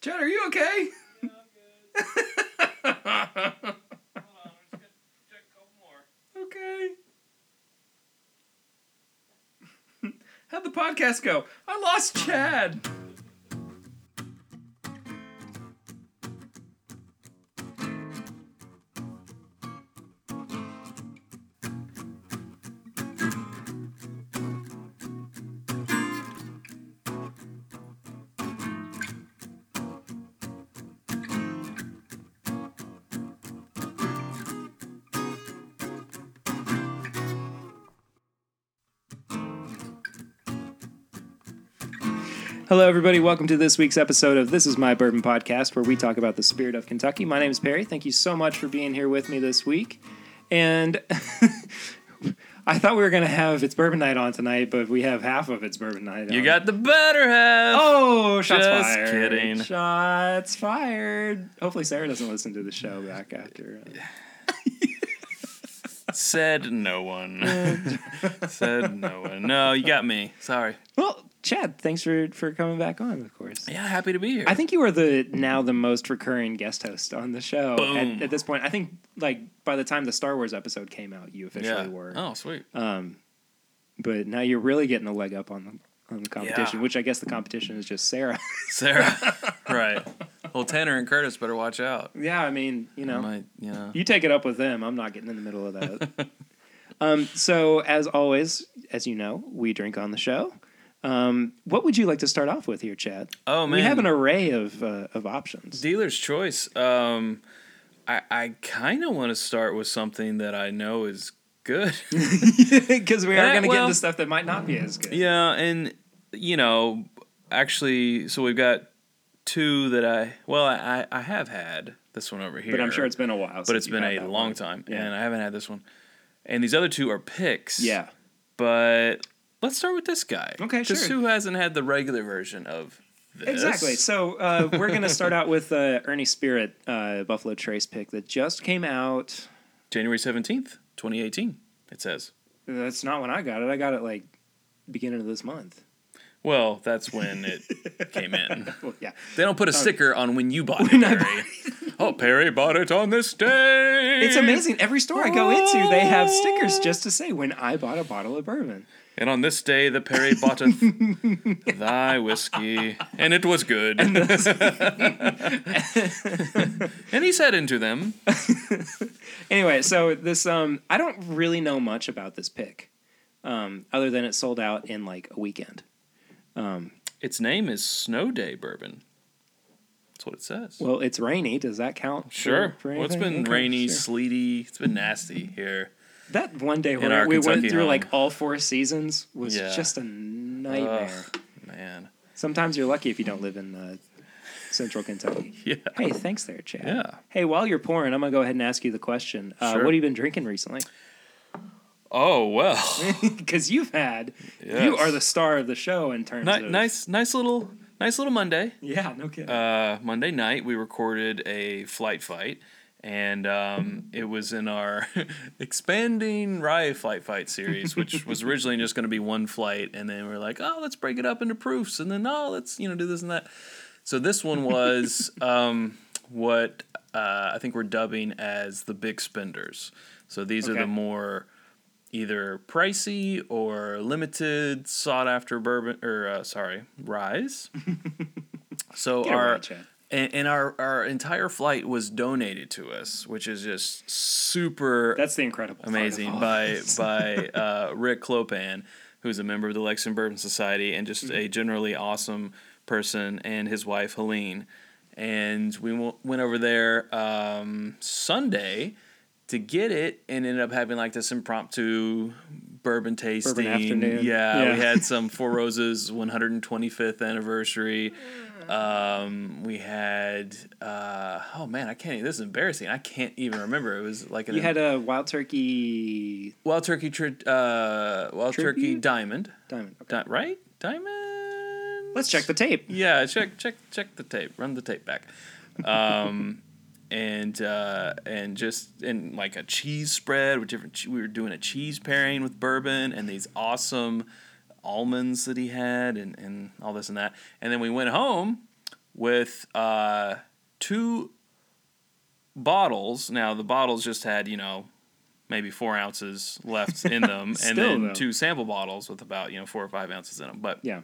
Chad, are you okay? okay. How'd the podcast go? I lost Chad. Hello, everybody. Welcome to this week's episode of This Is My Bourbon Podcast, where we talk about the spirit of Kentucky. My name is Perry. Thank you so much for being here with me this week. And I thought we were going to have It's Bourbon Night on tonight, but we have half of It's Bourbon Night. You on. got the better half. Oh, shots Just fired. kidding. Shots fired. Hopefully, Sarah doesn't listen to the show back after. uh, Said no one. Said no one. No, you got me. Sorry. Well, Chad, thanks for, for coming back on, of course. Yeah, happy to be here. I think you are the now the most recurring guest host on the show at, Boom. at this point. I think like by the time the Star Wars episode came out, you officially yeah. were. Oh, sweet. Um, but now you're really getting a leg up on the on the competition, Yeah. which I guess the competition is just Sarah. Sarah. right. Well, Tanner and Curtis better watch out. yeah, I mean, you know, Might, you know. you take it up with them. I'm not getting in the middle of that. um, so as always, as you know, we drink on the show. Um, what would you like to start off with here, Chad? Oh man. We have an array of uh, of options. Dealer's choice. Um, I I kind of want to start with something that I know is good. because we are Eh, going to get well- into stuff that might not be as good. yeah, and you know, actually, so we've got two that I well, I I I have had this one over here, but I'm sure it's been a while. but it's been a long time, Yeah. and I haven't had this one. And these other two are picks. Yeah, but let's start with this guy. Okay, 'Cause sure. Who hasn't had the regular version of this? exactly. So uh, we're going to start out with uh, Ernie Spirit uh, Buffalo Trace pick that just came out. January seventeenth, twenty eighteen. It says. That's not when I got it. I got it like beginning of this month. Well, that's when it came in. Well, yeah, They don't put a sticker on when you bought Um, When I it, Perry. oh, Perry bought it on this day. it's amazing. Every store I go into, they have stickers just to say when I bought a bottle of bourbon. And on this day, the Perry bought thy whiskey, and it was good. and he said into them, Anyway, so this um, I don't really know much about this pick, um, other than it sold out in like a weekend. its name is Snow Day Bourbon. That's what it says. Well, it's rainy. Does that count? for- sure. for well, it's anything? been Okay, rainy, sure. sleety. It's been nasty here. That one day our where we went Kentucky through home. like all four seasons was Yeah. just a nightmare. Man. Sometimes you're lucky if you don't live in uh, central Kentucky. Yeah. Hey, thanks there, Chad. Yeah. Hey, while you're pouring, I'm gonna go ahead and ask you the question. Uh, Sure. What have you been drinking recently? Oh well. Because you've had, you Yes. are the star of the show in terms Ni- of nice, nice little, nice little Monday. Yeah, no kidding. uh, Monday night, we recorded a flight fight, and um, it was in our expanding Rye flight fight series, which was originally just going to be one flight, and then we were like, oh, let's break it up into proofs, and then oh, let's you know do this and that. So this one was um, what uh, I think we're dubbing as the big spenders. So these are Okay. the more either pricey or limited sought after bourbon or uh, sorry rise. so Get it our right, Chad. and, and our our entire flight was donated to us, which is just super That's the incredible. part of amazing all by this. by uh, Rick Clopan, who's a member of the Lexington Bourbon Society and just Mm-hmm. a generally awesome person, and his wife Helene. And we w- went over there um, Sunday to get it, and ended up having like this impromptu bourbon tasting. afternoon. Yeah, Yeah. we had some Four Roses 125th anniversary. Um, we had uh, oh man, I can't. This is embarrassing. I can't even remember. It was like an you had a wild turkey Wild Turkey, tri- uh, Wild Turkey Tribute? Diamond, diamond. Okay. Di- right? Diamond. Let's check the tape. Yeah, check check check the tape. Run the tape back. Um, and uh, and just and like a cheese spread with different. che- We were doing a cheese pairing with bourbon and these awesome almonds that he had and and all this and that. And then we went home. with uh, two bottles. Now the bottles just had you know maybe four ounces left in them, and Still, then though. two sample bottles with about you know four or five ounces in them. But Yeah.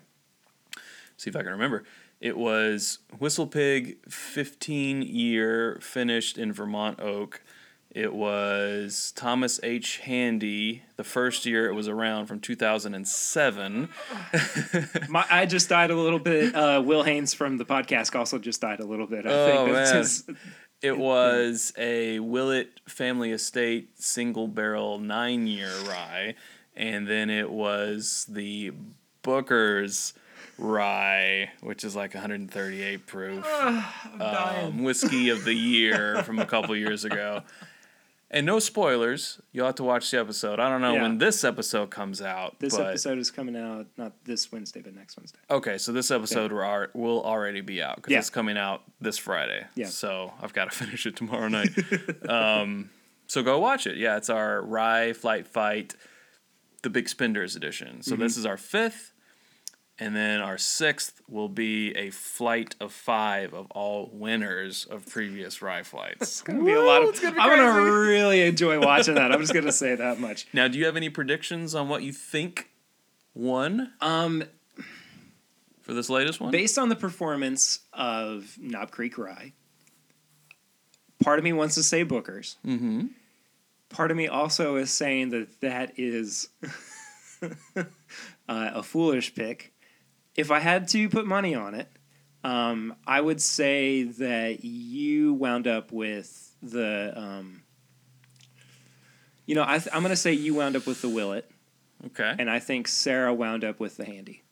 see if I can remember. It was Whistle Pig 15 year finished in Vermont oak. It was Thomas H. Handy. The first year it was around from 2007. My, I just died a little bit. Uh, Will Haynes from the podcast also just died a little bit. I Oh, think that's man. his- It was a Willett Family Estate single barrel nine year rye. And then it was the Booker's rye, which is like 138 proof. um, whiskey of the year from a couple years ago. And no spoilers. You'll have to watch the episode. I don't know Yeah. when this episode comes out. this but, episode is coming out not this Wednesday, but next Wednesday. Okay, so this episode will al- will already be out because Yeah. it's coming out this Friday. Yeah. So I've got to finish it tomorrow night. um, so go watch it. Yeah, it's our Rye Flight Fight, the Big Spenders edition. So Mm-hmm. this is our fifth, and then our sixth will be a flight of five of all winners of previous Rye flights. It's gonna be a lot of. I'm gonna crazy. really enjoy watching that. I'm just gonna say that much. now, do you have any predictions on what you think won Um, for this latest one? based on the performance of Knob Creek Rye, part of me wants to say Booker's. mm-hmm. Part of me also is saying that that is uh, a foolish pick. If I had to put money on it, um, I would say that you wound up with the. Um, you know, I th- I'm going to say you wound up with the Willet, Okay. and I think Sarah wound up with the Handy.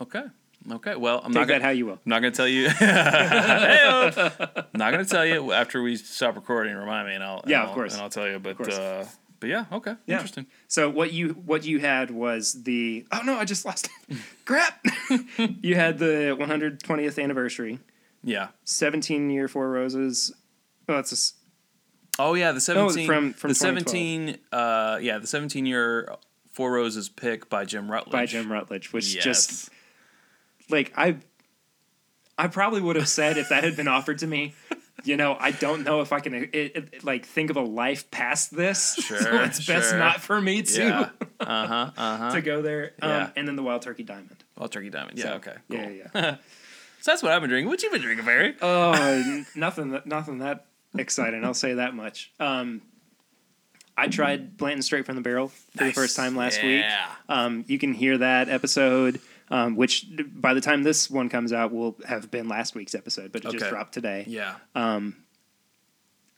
Okay. Okay. Well, I'm Take not that gonna. how you will. I'm not gonna tell you. Heyo. I'm not gonna tell you after we stop recording. Remind me, and I'll and Yeah, of I'll- course. and I'll tell you. But course. uh, but yeah, okay, Yeah. interesting. So what you what you had was the oh no I just lost it crap you had the 120th anniversary Yeah. 17 year four roses oh that's a s- Oh yeah, the seventeen from- from the 2012. seventeen. Uh, yeah, the seventeen year Four Roses pick by Jim Rutledge. by Jim Rutledge which Yes. just like I I probably would have said if that had been offered to me you know I don't know if I can it, it, like think of a life past this so Sure, it's best sure. not for me to Yeah. Uh huh. Uh huh. to go there um, Yeah. and then the wild turkey diamond Well, Turkey Diamond. Yeah. So, okay. Cool. yeah yeah, yeah. So that's what I've been drinking. What you been drinking, Barry? Oh, n- nothing, that, nothing that exciting. I'll say that much. Um, I tried Blanton straight from the barrel for the first time last week. Yeah. Um, you can hear that episode, um, which by the time this one comes out will have been last week's episode, but it just Okay. dropped today. Yeah. uh,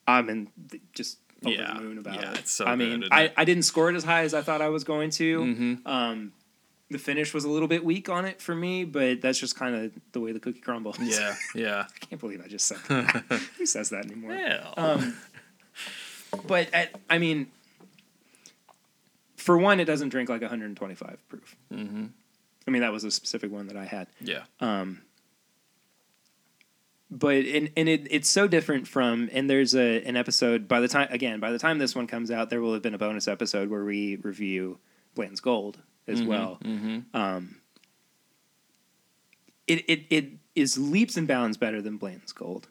I'm in th- just over Yeah. the moon about Yeah, it. it's so I good, Mm-hmm. mean, isn't I, it? I didn't score it as high as I thought I was going to. Um, the finish was a little bit weak on it for me, but that's just kind of the way the cookie crumbles. Yeah. Yeah. I can't believe I just said that. Who says that anymore? Hell. Um, but I, I mean, for one, it doesn't drink like 125 proof. Mm-hmm. I mean, that was a specific one that I had. yeah. um, But and and it, it's so different from and there's a an episode by the time again by the time this one comes out there will have been a bonus episode where we review Blanton's Gold as well. Mm-hmm. it, it, it is leaps and bounds better than Blanton's Gold.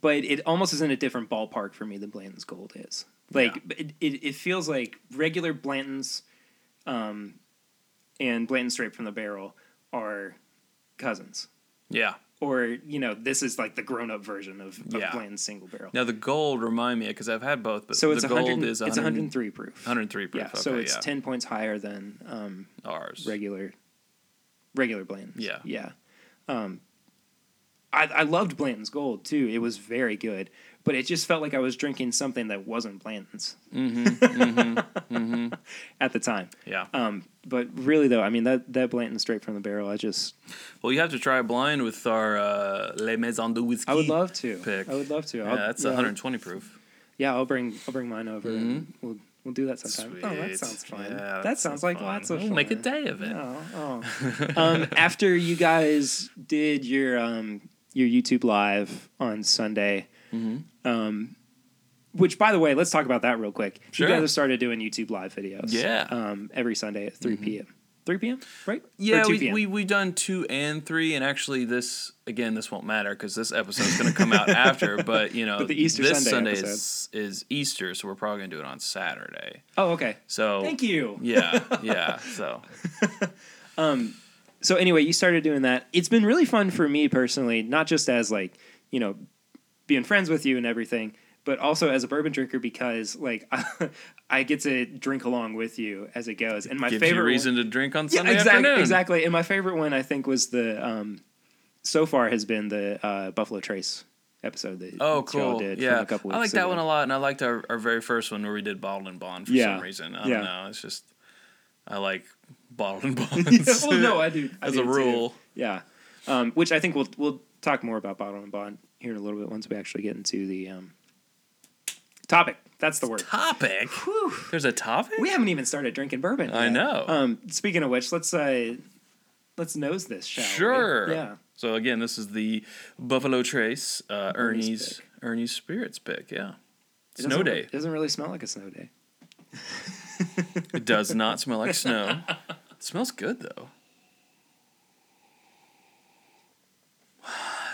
But it almost is in a different ballpark for me than Blanton's Gold is. Like Yeah. it, it, it feels like regular Blanton's um, and Blanton straight from the barrel are cousins. Yeah. Or, you know, this is like the grown up version of, of Yeah. Blanton's single barrel. Now the gold remind me because I've had both, but so it's the 100, gold is it's 100 103 proof. 103 proof. yeah, okay, so it's yeah. 10 points higher than um, ours. regular regular Blanton's. Yeah. Yeah. Um I I loved Blanton's Gold too. It was very good, but it just felt like I was drinking something that wasn't Blanton's Mm-hmm, at the time. yeah. Um but really though, I mean that that Blanton straight from the barrel, I just well, you have to try blind with our uh, Les Maisons de Whiskey. I would love to. Pick. I would love to. uh, Yeah, that's yeah, 120 proof. Yeah, I'll bring I'll bring mine over and we'll we'll do that sometime. Oh, that Mm-hmm. Sweet. sounds fun. Yeah, that, that sounds sounds like fun. lots of We'll fun. make a day of it. Oh, oh. um, after you guys did your um, your YouTube live on Sunday, Mm-hmm. um, which by the way, let's talk about that real quick. Sure. You guys have started doing YouTube live videos, Yeah. Mm-hmm. um, every Sunday at 3 p.m. 3 p.m., right? Or Yeah, 2 we, p.m.? we we've done two and three, and actually this again this won't matter because this episode's going to come out after. But you know, But the Easter this Sunday is, is Easter, so we're probably going to do it on Saturday. Oh, okay. So Thank you. Yeah, yeah. So So anyway, you started doing that. It's been really fun for me personally, not just as like, you know, being friends with you and everything, but also as a bourbon drinker because like I get to drink along with you as it goes. And my gives favorite you one- reason to drink on Yeah, Sunday exactly, afternoon. exactly. And my favorite one I think was the um, so far has been the uh, Buffalo Trace episode that Oh, y'all cool. did Yeah, from a couple weeks I like that ago. one a lot, and I liked our, our very first one where we did bottled and bond for Yeah, some reason. I yeah. don't know. It's just I like bottled and bonds. yeah, well, no, I do. I as do a too. rule. Yeah, um, which I think we'll we'll talk more about bottle and bond here in a little bit once we actually get into the um, topic. That's the word. Topic. Whew. There's a topic. We haven't even started drinking bourbon. I yet. know. Um, speaking of which, let's uh, let's nose this, shall we? Sure. Yeah. So again, this is the Buffalo Trace uh, Ernie's Ernie's Ernie's Spirits pick. Yeah. It Snow doesn't- day. It doesn't really smell like a snow day. It does not smell like snow. It smells good though.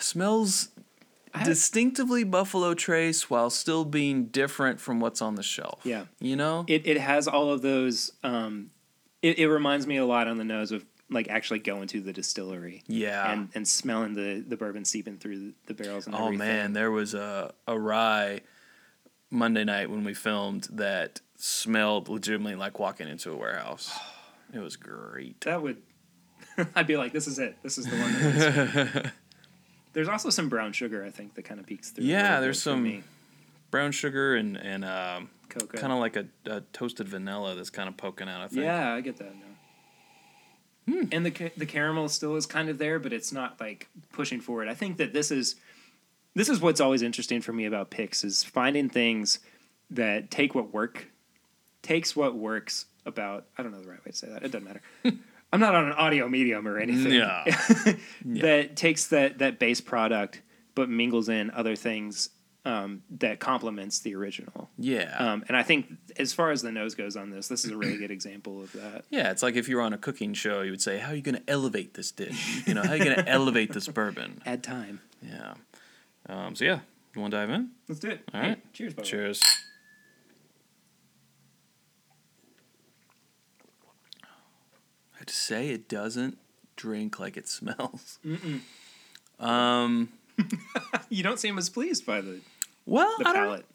smells I- distinctively Buffalo Trace while still being different from what's on the shelf. Yeah. You know? It it has all of those. Um, it, it reminds me a lot on the nose of like actually going to the distillery yeah. and and smelling the the bourbon seeping through the, the barrels and Oh everything. man, there was a a rye Monday night when we filmed that smelled legitimately like walking into a warehouse. It was great. That would. I'd be like, this is it. This is the one. That hits me." there's also some brown sugar, I think, that kind of peeks through. a Yeah, little bit there's for some me. Brown sugar and and um, cocoa. kind of like a, a toasted vanilla that's kind of poking out. I think. yeah, I get that now. Hmm. And the ca- the caramel still is kind of there, but it's not like pushing forward. I think that this is this is what's always interesting for me about picks is finding things that take what work takes what works about. I don't know the right way to say that. It doesn't matter. I'm not on an audio medium or anything. Yeah. that takes that that base product but mingles in other things um, that complements the original. Yeah. Um, and I think as far as the nose goes on this, this is a really good example of that. yeah, it's like if you were on a cooking show, you would say, "How are you going to elevate this dish? You know, how are you going to elevate this bourbon?" Add time. Yeah. Um, so yeah, you want to dive in? Let's do it. All right. Hey, cheers, by the way. Cheers. I have to say, it doesn't drink like it smells. Um. You don't seem as pleased by the, Well, the I don't- palate.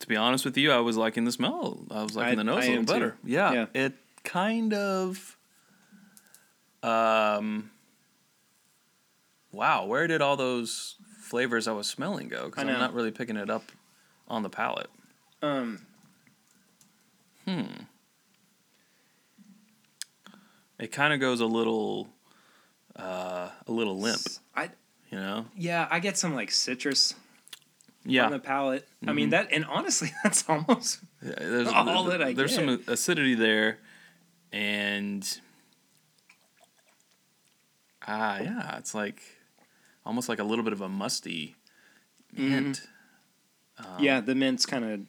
to be honest with you, I was liking the smell. I was liking I- the nose I a little am too. better. Yeah, Yeah. It kind of. Um. Wow, where did all those flavors I was smelling go? Because I I'm know. not really picking it up on the palate. Hmm. Um, It kind of goes a little, uh, a little limp. I You know? yeah, I get some like citrus Yeah. Mm-hmm. on the palate. I mean that, and honestly, that's almost Yeah, there's all that I there's some acidity there, and ah, yeah, it's like almost like a little bit of a musty Mm-hmm. mint. yeah. The mint's kind of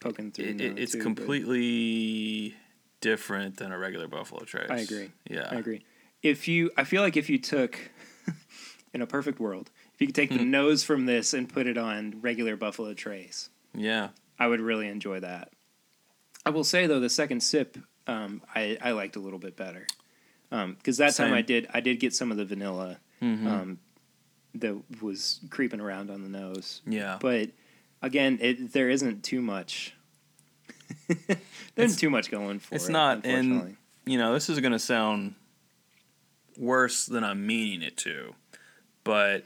poking through. Uh, It, now, it, it's too, but completely different than a regular buffalo trace. I agree. Yeah, I agree. If you, I feel like if you took, in a perfect world, if you could take Hmm. the nose from this and put it on regular Buffalo Trace, Yeah, I would really enjoy that. I will say though, the second sip, um, I, I liked a little bit better because that time Same. Mm-hmm. I did I did get some of the vanilla um, that was creeping around on the nose, yeah. but again, it, there isn't too much. There's too much going for it's it, not, unfortunately. and you know, this is gonna sound worse than I'm meaning it to, but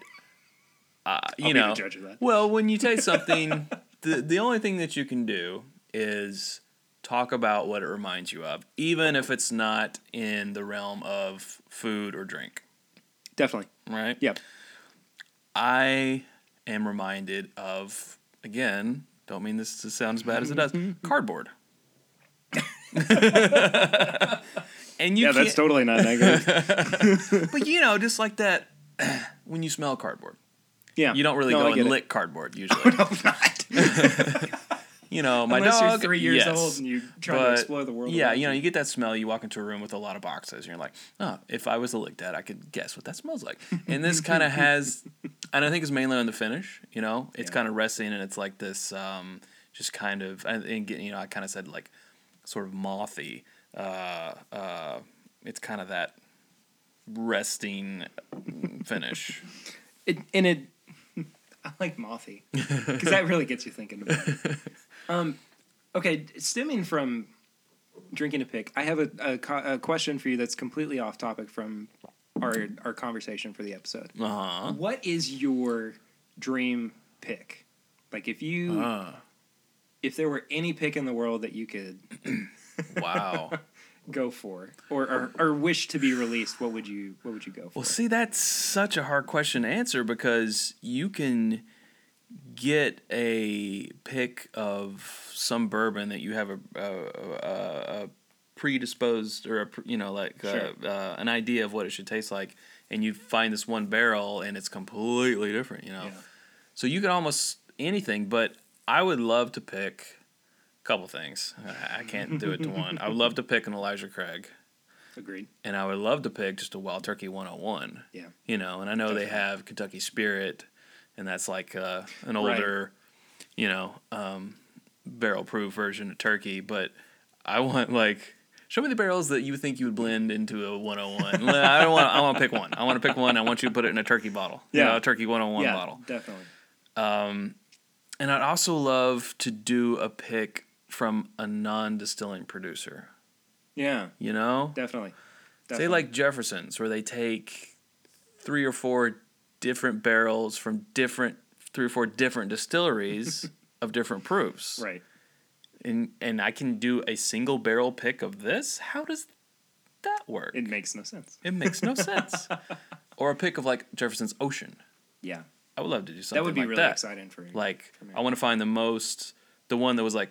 uh, you I'll be know, the judge of that. Well, when you taste something, the the only thing that you can do is talk about what it reminds you of, even if it's not in the realm of food or drink, definitely. right? Yep. I am reminded of again. Don't mean this to sound as bad as it does. Cardboard. and you Yeah, can't, that's totally not negative. but you know, just like that when you smell cardboard. Yeah, You don't really No, go I get and it. lick cardboard usually. I'm not. you know, my Unless dog. you're three years yes. old and you try to But, explore the world. Yeah, around you know, you get that smell. You walk into a room with a lot of boxes, and you're like, "Oh, if I was to lick that, I could guess what that smells like." And this kind of has, and I think it's mainly on the finish. You know, it's Yeah. kind of resting, and it's like this, um, just kind of, and, and get- you know, I kind of said like, sort of mothy. Uh, uh, it's kind of that resting finish. It, and it I like Mothy because that really gets you thinking about it. Um, okay, stemming from drinking a pick, I have a, a, co- a question for you that's completely off topic from our our conversation for the episode. Uh huh. What is your dream pick? Like if you Uh, if there were any pick in the world that you could wow. go for or, or or wish to be released, what would you what would you go for? Well, see, that's such a hard question to answer because you can get a pick of some bourbon that you have a, a, a, a predisposed or a, pre- you know like Sure. uh, uh, an idea of what it should taste like, and you find this one barrel and it's completely different. You know, Yeah. so you could almost anything, but I would love to pick a couple things. I, I can't do it to one. I would love to pick an Elijah Craig Agreed. and I would love to pick just a Wild Turkey 101. Yeah. You know, and I know they Definitely. have Kentucky Spirit, and that's like uh, an older, you know, um, barrel proof version of turkey. But I want like. Show me the barrels that you think you would blend into a 101. I don't want. I want to pick one. I want to pick one. I want you to put it in a turkey bottle. You Yeah. know, a turkey 101 yeah, bottle. definitely. And I'd also love to do a pick from a non-distilling producer. Yeah, You know, definitely. Say definitely. like Jefferson's, where they take three or four different barrels from different three or four different distilleries of different proofs. right. And and I can do a single barrel pick of this? How does that work? It makes no sense. It makes no sense. or a pick of like Jefferson's Ocean. Yeah. I would love to do something That would be like really that. exciting for me. Like For me. I want to find the most the one that was like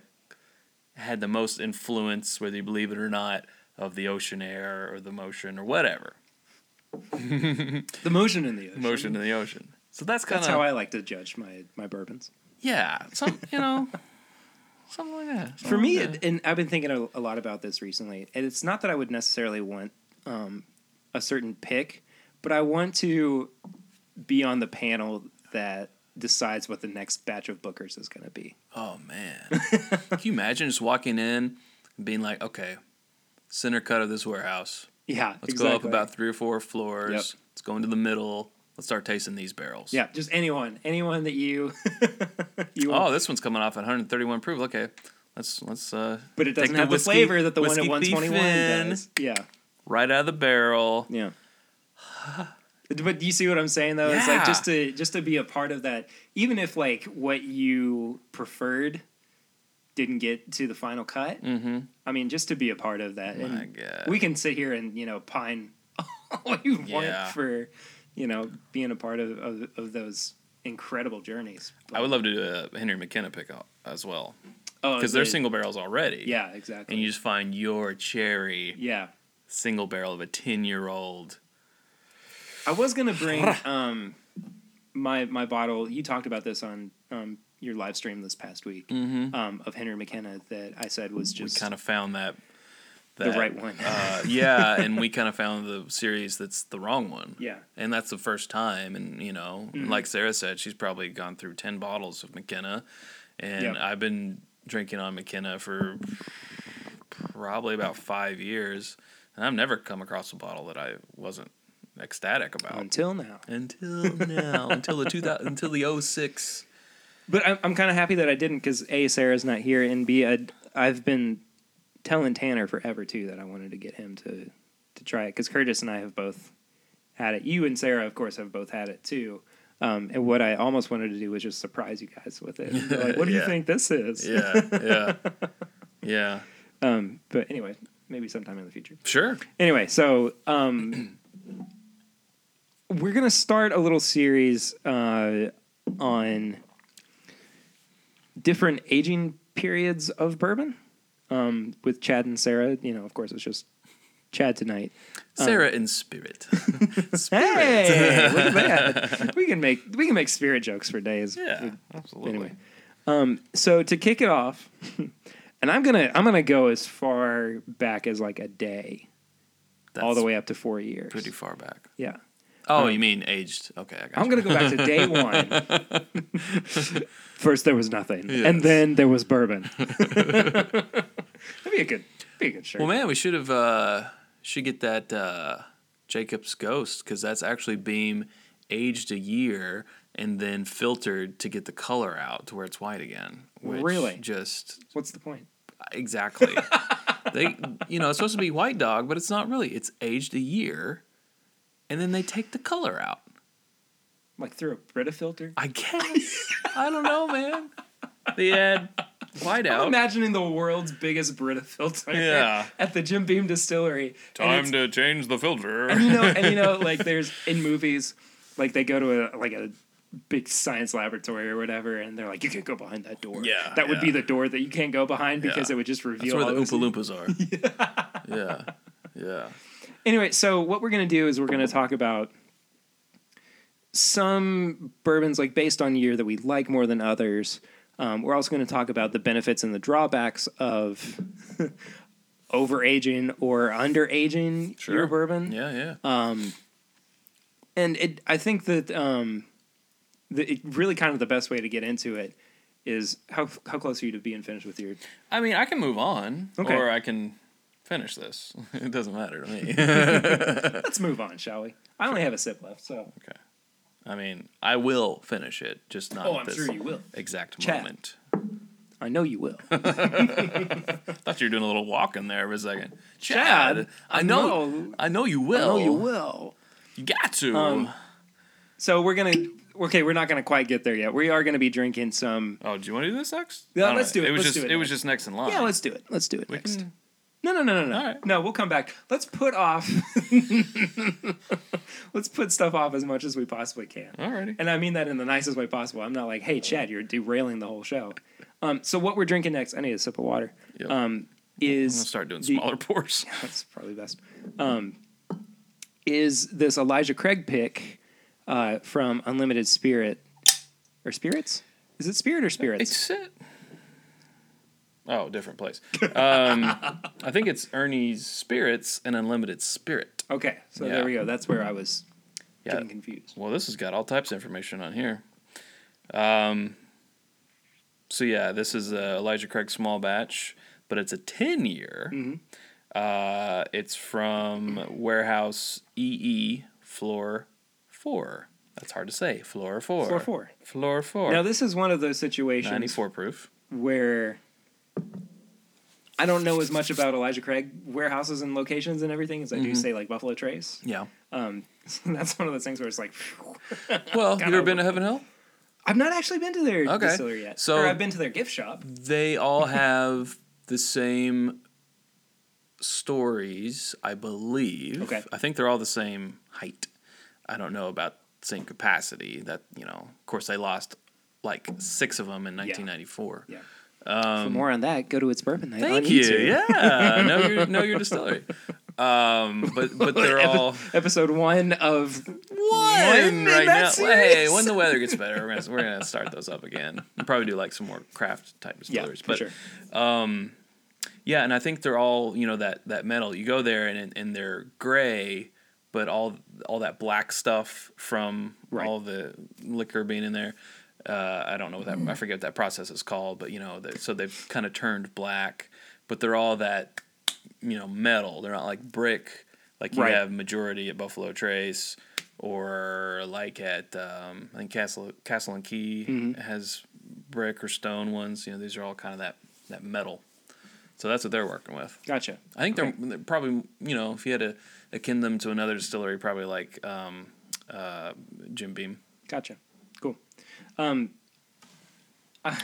had the most influence, whether you believe it or not, of the ocean air or the motion or whatever. the motion in the ocean. motion in the ocean. So that's kind That's how of I like to judge my my bourbons. yeah, some you know, something like that. For Something me, like that. it, and I've been thinking a, a lot about this recently, and it's not that I would necessarily want um, a certain pick, but I want to be on the panel that decides what the next batch of bookers is going to be. oh man, can you imagine just walking in, and being like, okay, center cut of this warehouse. Yeah, Let's go up about three or four floors. Yep. Let's go into the middle. Let's start tasting these barrels. yeah, just anyone, anyone that you you want. Oh, this one's coming off at 131 proof. Okay, let's let's. uh but it take doesn't have the whiskey- flavor that the one at whiskey thief 121 in, does. Yeah, Right out of the barrel. yeah. But you see what I'm saying though? It's Yeah. like just to just to be a part of that, even if like what you preferred didn't get to the final cut. Mm-hmm. I mean, just to be a part of that, My and God. we can sit here and you know pine all you Yeah. want for you know being a part of of, of those incredible journeys. I would love to do a Henry McKenna pick up as well oh, because they're the- single barrels already. Yeah, exactly. and you just find your cherry yeah, single barrel of a 10 year old. I was gonna bring um my my bottle. You talked about this on um your live stream this past week Mm-hmm. um of Henry McKenna that I said was We just kind of found that, the right one. uh, yeah, and we kind of found the series that's the wrong one. yeah, And that's the first time. And, you know, Mhm. like Sarah said, she's probably gone through 10 bottles of McKenna. And Yep. I've been drinking on McKenna for probably about five years. And I've never come across a bottle that I wasn't ecstatic about. until now. until now, until the 2000, until the 06 But I'm, I'm kind of happy that I didn't because A, Sarah's not here, and B, I, I've been telling Tanner forever too that I wanted to get him to to try it because Curtis and I have both had it. You and Sarah, of course, have both had it too. Um, and what I almost wanted to do was just surprise you guys with it. Be Like, what do Yeah. you think this is? yeah, yeah, yeah. Um, but anyway, maybe sometime in the future. Sure. Anyway, so um, we're gonna start a little series uh, on different aging periods of bourbon um, with Chad and Sarah. You know, of course, it's just Chad tonight. Sarah Um, in spirit. spirit. Hey, look at that. we can make we can make spirit jokes for days. Yeah, absolutely. Anyway, Um, so to kick it off, and I'm gonna I'm gonna go as far back as like a day, all the way up to four years. Pretty far back. Yeah. Oh, you mean aged? Okay, I got I'm going you. to go back to day one. First, there was nothing, and Yes. then there was bourbon. That'd be a good, be a good shirt. Well, man, we should have uh, should get that uh, Jacob's Ghost because that's actually being aged a year and then filtered to get the color out to where it's white again. Which Really? Just What's the point? exactly. they, you know, it's supposed to be white dog, but it's not really. It's aged a year, and then they take the color out. Like through a Brita filter? I guess. I don't know, man. They add white I'm out. imagining the world's biggest Brita filter Yeah. at the Jim Beam Distillery. and it's- to change the filter. and you know, and you know, like there's in movies, like they go to a like a big science laboratory or whatever, and they're like, you can't go behind that door. Yeah, that would be yeah. the door that you can't go behind because Yeah. it would just That's reveal where all the this- Oompa Loompas are. yeah. Yeah. Anyway, so what we're going to do is we're going to talk about some bourbons, like based on year, that we like more than others. Um, we're also going to talk about the benefits and the drawbacks of overaging or underaging your bourbon. Yeah, yeah. Uh, And it, I think that um, the, it really kind of the best way to get into it is how how close are you to being finished with your I mean, I can move on, Okay. or I can finish this. it doesn't matter to me. let's move on shall we i only have a sip left so I mean, I will finish it, just not Oh, at I'm this sure you will. exact Chat. moment. i know you will Thought you were doing a little walk in there for a second, Chad, Chad. I know, no. I know you will. i know you will Um, You got to. So we're gonna okay. We're not gonna quite get there yet. We are gonna be drinking some. oh, do you want to do this next? Yeah, I don't let's know. do it. It was Let's just, do it was next. just next in line. Yeah, let's do it. Let's do it We next. can- No, no, no, no, no. Mm. All right. No, we'll come back. Let's put off. let's put stuff off as much as we possibly can. Alrighty. And I mean that in the nicest way possible. I'm not like, hey, Chad, you're derailing the whole show. Um, so what we're drinking next? I need a sip of water. Yep. Um, I'll is start doing the- smaller pours. that's probably best. Um, is this Elijah Craig pick uh, from Unlimited Spirit or Spirits? Is it Spirit or Spirits? It's it. Oh, different place. Um, I think it's Ernie's Spirits and Unlimited Spirit. okay, so Yeah. there we go. That's where I was Yeah. getting confused. Well, this has got all types of information on here. Um, so yeah, this is uh, Elijah Craig small batch, but it's a ten year. Uh, it's from warehouse EE floor four. That's hard to say. Floor four. Floor four. Floor four. Now this is one of those situations Ninety-four proof. where I don't know as much about Elijah Craig warehouses and locations and everything as I Mm-hmm. do say like Buffalo Trace. Yeah. Um, so that's one of those things where it's like Well, you ever over. been to Heaven Hill? I've not actually been to their Okay, distillery yet. so- or I've been to their gift shop. they all have the same stories, I believe. Okay. I think they're all the same height. I don't know about same capacity. That you know, of course, they lost like six of them in 1994. Yeah. For more on that, go to its bourbon night. Thank on you. YouTube. Yeah. Know your know your distillery. Um, but but they're all Episode one of one in right that now. Hey, series. when the weather gets better, we're gonna, we're gonna start those up again. We'll probably do like some more craft type yeah, distilleries. for but sure. Yeah, and I think they're all you know that that metal. You go there and and they're gray, but all all that black stuff from Right. all the liquor being in there. Uh, I don't know what that I forget what that process is called, but you know, they, so they've kind of turned black, but they're all that you know metal. They're not like brick like you Right. have majority at Buffalo Trace or like at um, I think Castle Castle and Key has brick or stone ones. You know, these are all kind of that that metal. So that's what they're working with. Gotcha. I think they're, they're probably, you know, if you had to akin them to another distillery, probably like um, uh, Jim Beam Gotcha. Cool.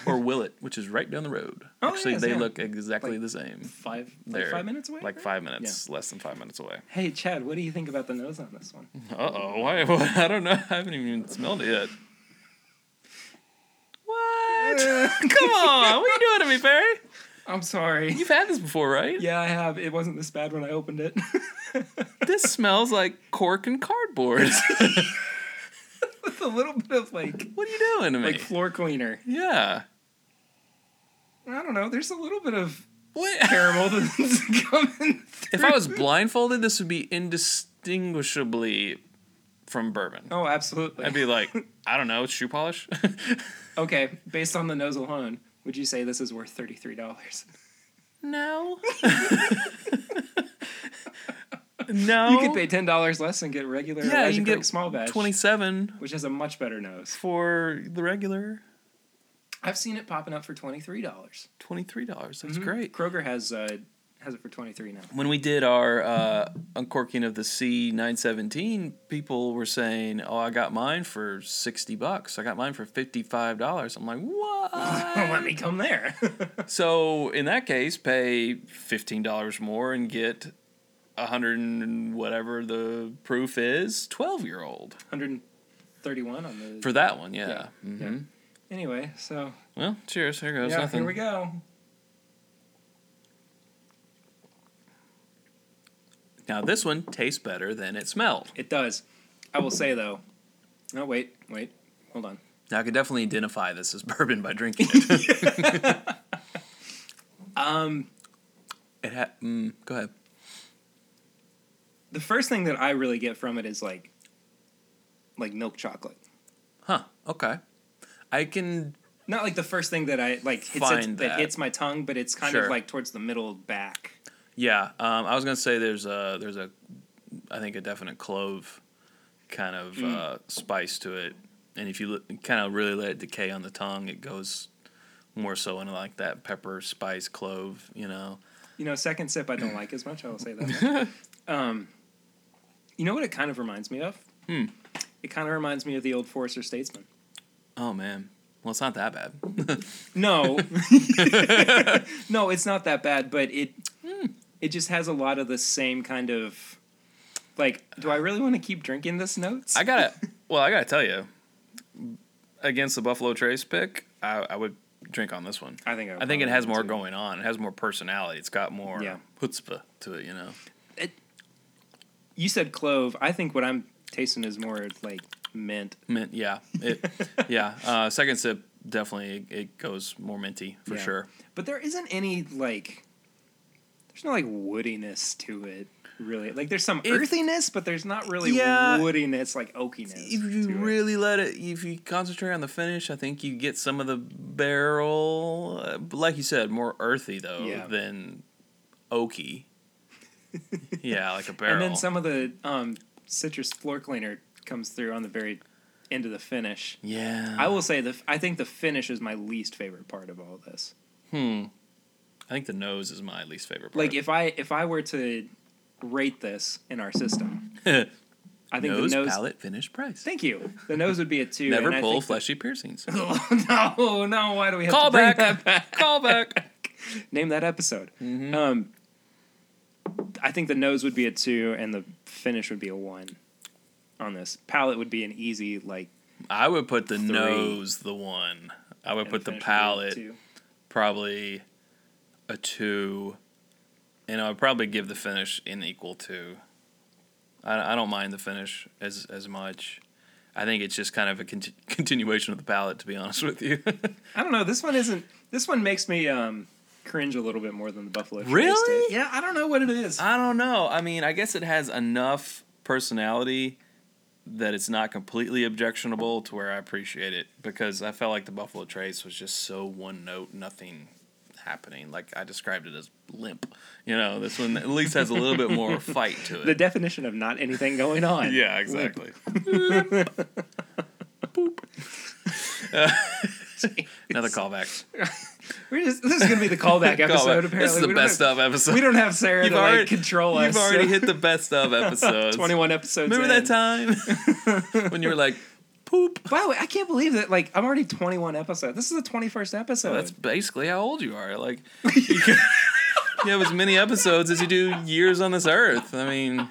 or Willet, which is right down the road. Oh, Actually, yes, they yeah. look exactly Like the same. Five like They're five minutes away? Like right? five minutes, less than five minutes away. Hey Chad, what do you think about the nose on this one? Uh oh. Why? What? I don't know. I haven't even smelled it yet. What? Come on. What are you doing to me, Perry? I'm sorry. You've had this before, right? Yeah, I have. It wasn't this bad when I opened it. This smells like cork and cardboard. With a little bit of like what are you doing to me? like floor cleaner. yeah. I don't know. There's a little bit of What? caramel that's coming. Through. If I was blindfolded, this would be indistinguishably from bourbon. oh, absolutely. I'd be like, I don't know, shoe polish. okay, based on the nose alone, would you say this is worth thirty three dollars? no. no. You could pay ten dollars less and get regular Yeah, you Elijah can get Craig small batch, twenty-seven which has a much better nose. for the regular. I've seen it popping up for twenty three dollars. Twenty-three dollars. Mm-hmm. That's great. Kroger has uh, has it for twenty three now. When we did our uh, uncorking of the C nine seventeen, people were saying, "Oh, I got mine for sixty bucks. I got mine for fifty-five dollars." I'm like, "What?" Let me come there. So in that case, pay fifteen dollars more and get a hundred and whatever the proof is, twelve year old Hundred thirty one on the. for that one. Yeah. Mm-hmm. yeah. Anyway, so Well, cheers. Here goes yeah, nothing. here we go. Now this one tastes better than it smelled. It does. I will say though. No, wait, wait, hold on. Now I could definitely identify this as bourbon by drinking it. Um, it ha- mm, go ahead. the first thing that I really get from it is like, like milk chocolate. Huh. Okay. I can. Not like the first thing that I like hits it, Find that. that. hits my tongue, but it's kind Sure. of like towards the middle back. Yeah. Um, I was gonna say there's a there's a I think a definite clove kind of uh, spice to it, and if you l- kind of really let it decay on the tongue, it goes more so into like that pepper spice clove. You know. You know, second sip I don't like as much. I will say that. much. um, you know what it kind of reminds me of? Hmm. It kind of reminds me of the old Forester Statesman. Oh man. Well, it's not that bad. No, no, it's not that bad, but it Hmm. it just has a lot of the same kind of like. Do I really want to keep drinking this notes? I gotta. Well, I gotta tell you, against the Buffalo Trace pick, I, I would drink on this one. I think I, I think it probably has would, more too. going on. It has more personality. It's got more Yeah. chutzpah to it. You know. You said clove. I think what I'm tasting is more like mint. Mint, yeah, it, yeah. Uh, second sip definitely it, it goes more minty for Yeah. sure. But there isn't any like there's no like woodiness to it really. Like there's some If- earthiness, but there's not really Yeah. woodiness like oakiness. If you to it. really let it, if you concentrate on the finish, I think you get some of the barrel, uh, like you said, more earthy though Yeah. than oaky. yeah, like a barrel. and then some of the um, citrus floor cleaner comes through on the very end of the finish. Yeah, I will say the I think the finish is my least favorite part of all this. Hmm. I think the nose is my least favorite part. Like if I if I were to rate this in our system, I think nose, the nose palate, finish, price. Thank you. The nose would be a 2 Never and I pull think the- fleshy piercings. no, no. Why do we have to Call bring back. that back? Call back. Name that episode. Um, I think the nose would be a two, and the finish would be a one. On this palette would be an easy like. I would put the Three. nose the one. I would and put the finish would be a palate two. probably a two, and I would probably give the finish an equal two. I, I don't mind the finish as as much. I think it's just kind of a conti- continuation of the palette, to be honest with you. I don't know. This one isn't. This one makes me um, cringe a little bit more than the buffalo. Trace Really? did. Yeah, I don't know what it is. I don't know. I mean, I guess it has enough personality that it's not completely objectionable to where I appreciate it because I felt like the Buffalo Trace was just so one note, nothing happening. Like I described it as limp. You know, this one at least has a little bit more fight to the it. definition of not anything going on. yeah, exactly. Another callback. We're just, this is gonna be the callback episode. Callback. Apparently, This is the we best Don't of episode. have, we don't have Sarah You've to already- like, control You've us. already hit the best of episodes. twenty-one episodes. Remember in. that time when you were like, poop? By the way, I can't believe that. Like, I'm already 21 episodes. This is the 21st episode. That's basically how old you are. Like, you, can- you have as many episodes as you do years on this earth. I mean,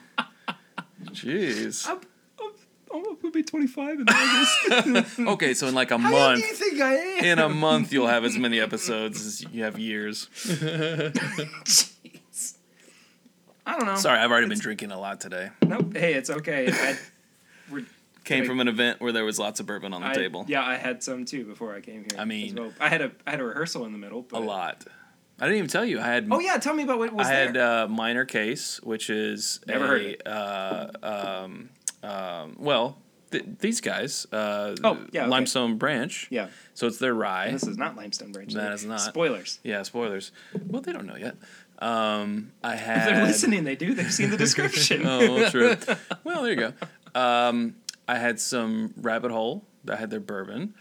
jeez. I'm, I'm, I'm gonna be 25 in August. Okay, so in like a How old do you month, think I am? in a month, you'll have as many episodes as you have years. Jeez. I don't know. Sorry, I've already been drinking a lot today. Nope. Hey, it's okay. I, we're Came Like- from an event where there was lots of bourbon on the I- table. Yeah, I had some too before I came here. I mean- as well. I had a I had a rehearsal in the middle. But, A lot. I didn't even tell you. I had Oh yeah, tell me about what was I had there. uh, minor case, which is Never a, heard of it. Uh, um, um, well, th- these guys. Uh, Oh, yeah, okay. Limestone Branch. yeah, So it's their rye. this is not limestone branch. uh, That is not. Spoilers. Yeah, spoilers. Well, they don't know yet. Um, I had. If they're listening, they do. They've seen the description. oh, well, true. well, there you go. Um, I had some Rabbit Hole. I had their bourbon.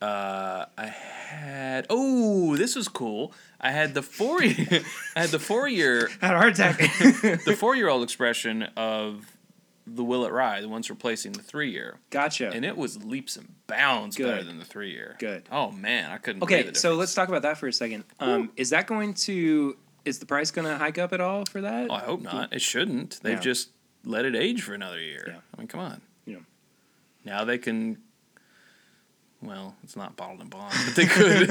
Uh, I had oh, this was cool. I had the four year, I had the four year, had a heart attack. the four year old expression of the Willet Rye, the ones replacing the three year, gotcha. and it was leaps and bounds better Good. than the three year. Good. Oh man, I couldn't. believe okay, the so difference. let's talk about that for a second. Um, is that going to? Is the price going to hike up at all for that? Oh, I hope not. It shouldn't. They've Yeah. just let it age for another year. Yeah. I mean, come on. Yeah. Now they can. Well, it's not bottled and bond, but they could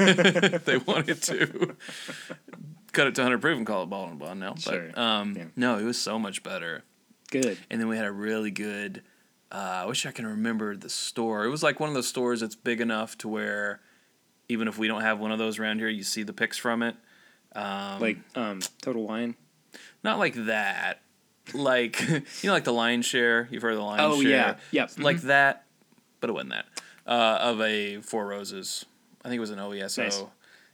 if they wanted to cut it to 100 proof and call it bottled and bond now. Sure. But um, Yeah. no, it was so much better. Good. And then we had a really good. Uh, I wish I can remember the store. It was like one of those stores that's big enough to where, even if we don't have one of those around here, you see the pics from it. Um, Like um, total wine. not like that. Like you know, like the lion share. You've heard of the lion Oh, share. yeah. Yep. Mm-hmm. It's Like that, but it wasn't that. Uh, of a Four Roses, I think it was an OESO, Nice.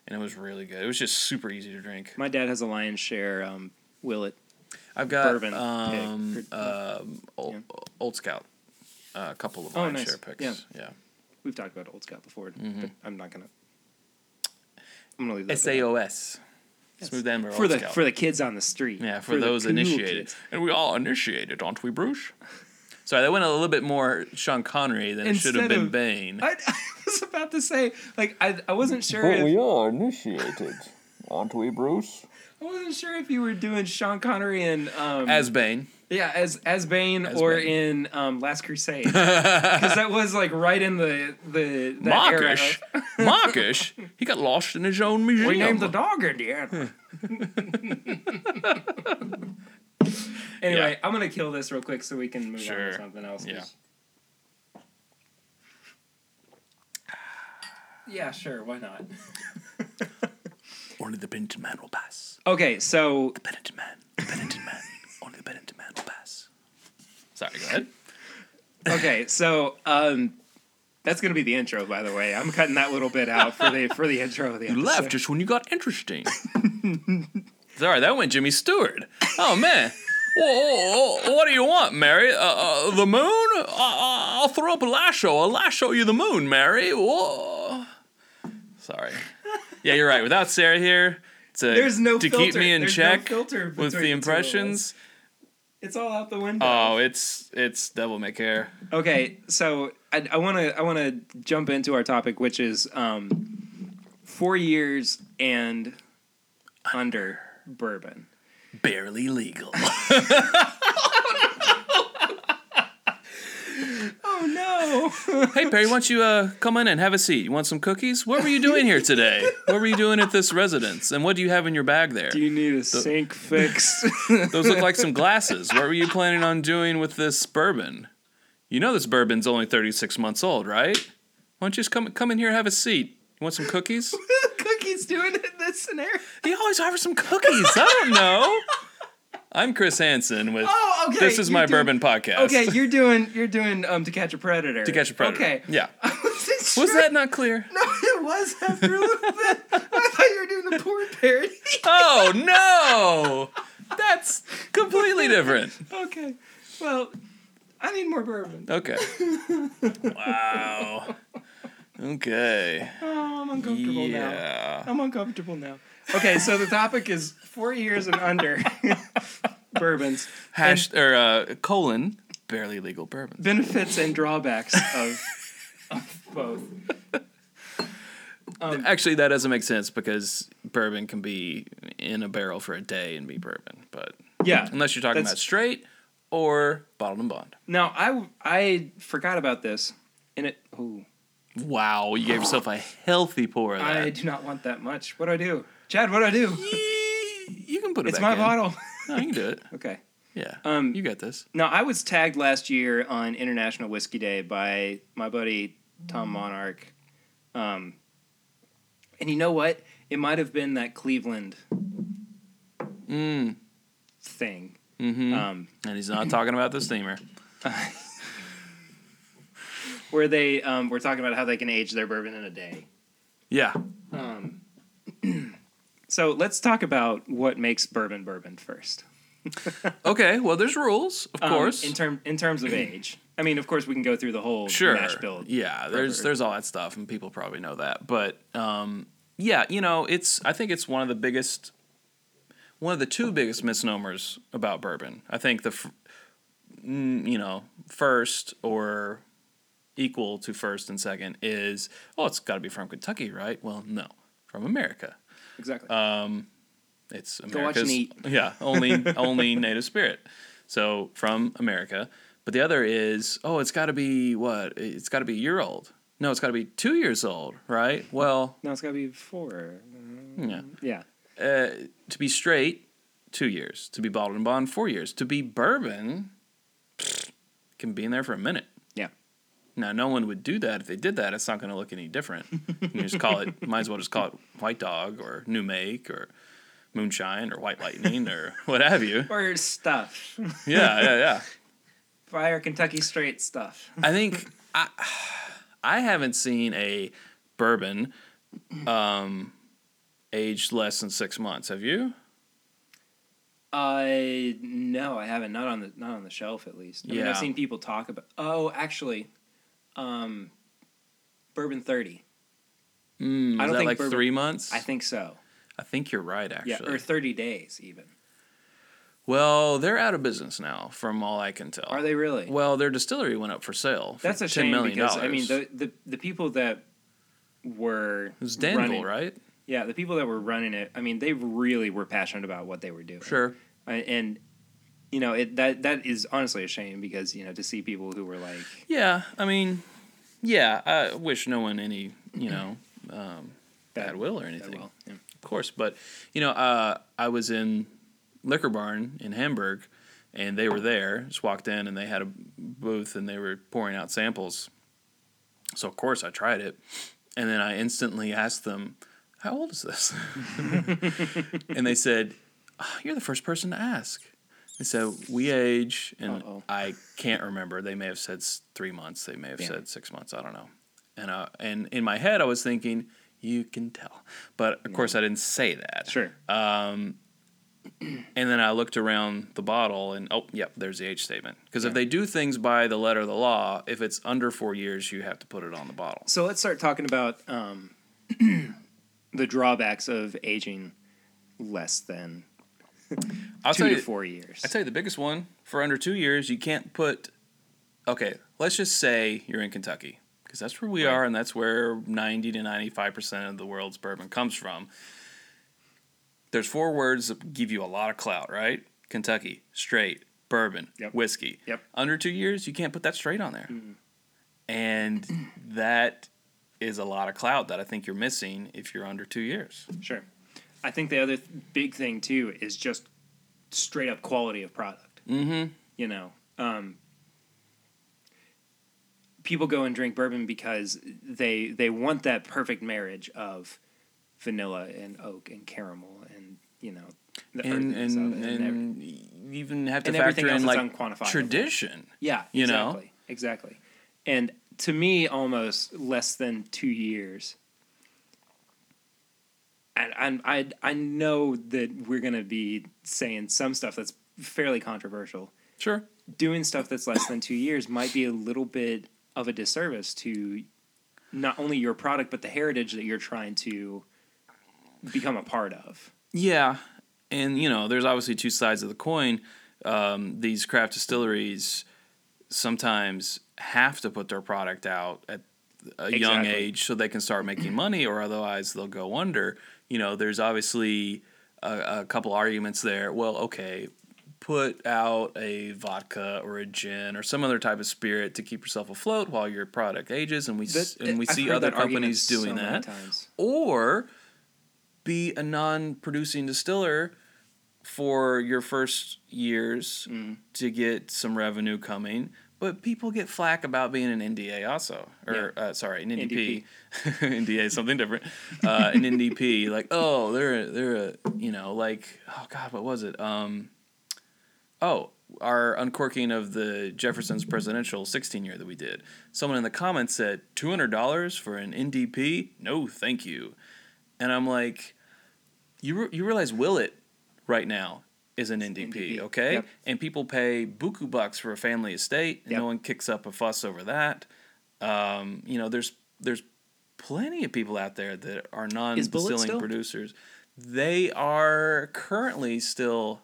and it was really good. It was just super easy to drink. My dad has a lion's share. Um, will it? I've got Bourbon pick. Uh, um, Or- um, old, Old Scout, uh, a couple of Oh, lion nice. share picks. Yeah. yeah. We've talked about Old Scout before, mm-hmm. but I'm not gonna. I'm gonna leave that. to that. SAOS, Smooth Amber for Old the Scout. for the kids on the street. Yeah, for, the those cool initiated. kids. And we all initiated, aren't we, Bruce? Sorry, that went a little bit more Sean Connery than it should have Instead been of- Bane. I, I was about to say, like, I, I wasn't sure. Oh, If, are initiated, aren't we, Bruce? I wasn't sure if you were doing Sean Connery in um, As Bane. yeah as as Bane As or Bane. in um, Last Crusade because that was like right in the the that era of- Mockish. Mockish. He got lost in his own museum. We named the dog Indiana. anyway, Yeah. I'm gonna kill this real quick so we can move on Sure. to something else. 'cause- Yeah, sure. Why not? Only the Bennington man will pass. Okay, so The Bennington man. The Bennington man. Only the Bennington man will pass. Sorry, go ahead. okay, so um, that's gonna be the intro. By the way, I'm cutting that little bit out for the for the intro of the You episode. left just when you got interesting. Sorry, that went Jimmy Stewart. Oh man. Whoa, whoa, whoa, what do you want, Mary? Uh, uh, the moon? Uh, uh, I'll throw up a lasso. I'll lasso you the moon, Mary. Whoa. Sorry. Yeah, you're right. Without Sarah here to, There's no to keep filter. me in There's no check filter between with the two the of impressions, It's all out the window. oh, it's it's devil may care. Okay, so I I want to I want to jump into our topic, which is um, four years and under bourbon. Barely legal. Oh no! hey, Perry, why don't you uh, come in and have a seat? You want some cookies? What were you doing here today? What were you doing at this residence? And what do you have in your bag there? you need a sink fix? Those look like some glasses. What were you planning on doing with this bourbon? You know this bourbon's only 36 months old, right? Why don't you just come come in here and have a seat? You want some cookies? Cookie's doing it in this scenario. he always offers some cookies. I don't know. I'm Chris Hansen with Oh, okay. This is you're my doing- bourbon podcast. Okay, you're doing you're doing um to catch a predator. to catch a predator. Okay. Yeah. was Was that not clear? No, it was after a little bit. I thought you were doing the porn parody. Oh no. That's completely different. okay, well, I need more bourbon. Okay. Wow. Okay. Oh, I'm uncomfortable now. Yeah. I'm uncomfortable now. Okay, so the topic is four years and under bourbons, hash or uh, colon barely legal bourbon. benefits and drawbacks of, of both. Actually, that doesn't make sense because bourbon can be in a barrel for a day and be bourbon, but Yeah. unless you're talking That's- about straight or bottled and bond. Now I I forgot about this, and it. Oh, Wow, you gave yourself a healthy pour of I that. do not want that much. What do I do, Chad? What do I do? Ye- you can put it It's back my in. bottle. No, you can do it. Okay. Yeah. Um, you got this. No, I was tagged last year on International Whiskey Day by my buddy Mm. Tom Monarch. Um, and you know what? It might have been that Cleveland Mm. thing. hmm Um, and he's not talking about the steamer. where they um, were talking about how they can age their bourbon in a day. Yeah. Um, so let's talk about what makes bourbon bourbon first. Okay. Well, there's rules, of Um, course. In term in terms of age, I mean, of course, we can go through the whole sure. mash bill. Yeah, there's River. there's all that stuff, and people probably know that. But um, yeah, you know, it's I think it's one of the biggest, one of the two biggest misnomers about bourbon. I think the, f- mm, you know, first or equal to first and second is oh, it's got to be from Kentucky, right? Well, no, from America. exactly. Uh, It's watch America's and eat. yeah only only native spirit. So from America, but the other is oh it's got to be what it's got to be year old. No, it's got to be two years old, right? Well, no, it's got to be four. yeah. Yeah. Uh, to be straight, two years. To be bottled and bond, four years. To be bourbon, can be in there for a minute. Yeah. Now, no one would do that. If they did that, it's not going to look any different. You just call it, might as well just call it White Dog or New Make or Moonshine or White Lightning or what have you. Or stuff. Yeah, yeah, yeah. Fire Kentucky straight stuff. I think I, I haven't seen a bourbon um, aged less than six months. Have you? I Uh, no, I haven't. Not on the not on the shelf at least. I mean, Yeah. I've seen people talk about. Oh, actually, um, bourbon thirty. Mm, is I don't that think like bourbon- three months? I think so. I think you're right, actually. Yeah, or thirty days even. well, they're out of business now, from all I can tell. Are they really? Well, their distillery went up for sale. For That's a $10 shame million because I mean the, the the people that were It was Danville, running, right? Yeah, the people that were running it. I mean, they really were passionate about what they were doing. Sure. I, and you know it that that is honestly a shame because you know to see people who were like Yeah, I mean, yeah, I wish no one any, you know, um, bad will or anything. well, yeah. Of course, but you know, uh, I was in Liquor Barn in Hamburg, and they were there. Just walked in, and they had a booth, and they were pouring out samples. So of course I tried it, and then I instantly asked them, "How old is this?" and they said, "Ah, "You're the first person to ask." They said, "We age," and Uh-oh. I can't remember. They may have said s- three months. They may have Yeah. said six months. I don't know. And uh, and in my head, I was thinking, "You can tell," but of course, I didn't say that. sure And then I looked around the bottle, and oh, yep, there's the age statement. Because if they do things by the letter of the law, if it's under four years, you have to put it on the bottle. So let's start talking about um, the drawbacks of aging less than I'll two tell to you- four years. I tell you the biggest one for under two years, you can't put. Okay, let's just say you're in Kentucky because that's where we are, and that's where ninety to ninety-five percent of the world's bourbon comes from. There's four words that give you a lot of clout, right? Kentucky, straight, bourbon, Yep. whiskey. Yep. Mm-hmm. Under two years, you can't put that straight on there, and that is a lot of clout that I think you're missing if you're under two years. sure. I think the other th- big thing too is just straight up quality of product. Mm-hmm. You know, um, people go and drink bourbon because they they want that perfect marriage of vanilla and oak and caramel and you know the and earthiness and, of it and, every- you even have to and everything factor else in is like unquantifiable. tradition. Yeah, You know? exactly, exactly. And to me, almost less than two years. And I'm, I I know that we're gonna be saying some stuff that's fairly controversial. Sure. Doing stuff that's less than two years might be a little bit of a disservice to not only your product but the heritage that you're trying to become a part of. Yeah, and you know, there's obviously two sides of the coin. Um, these craft distilleries sometimes have to put their product out at a young Exactly. age so they can start making money, or otherwise they'll go under. You know, there's obviously a, a couple arguments there. Well, okay, put out a vodka or a gin or some other type of spirit to keep yourself afloat while your product ages, and we s That- and we I've see heard other that argument companies so doing many that times. or be a non-producing distiller for your first years to get some revenue coming. But people get flack about being an NDA also, or uh, sorry, an NDP. NDA is something different. Uh, an NDP, like oh, they're they're a you know like oh god, what was it? Um, oh, our uncorking of the Jefferson's presidential 16 year that we did. Someone in the comments said $200 for an NDP? No, thank you. And I'm like, you re- you realize Willet right now is an NDP, NDP, okay? yep. And people pay buku bucks for a family estate, and Yep. no one kicks up a fuss over that. Um, you know, there's there's plenty of people out there that are Is Bullet non-distilling still? producers. They are currently still.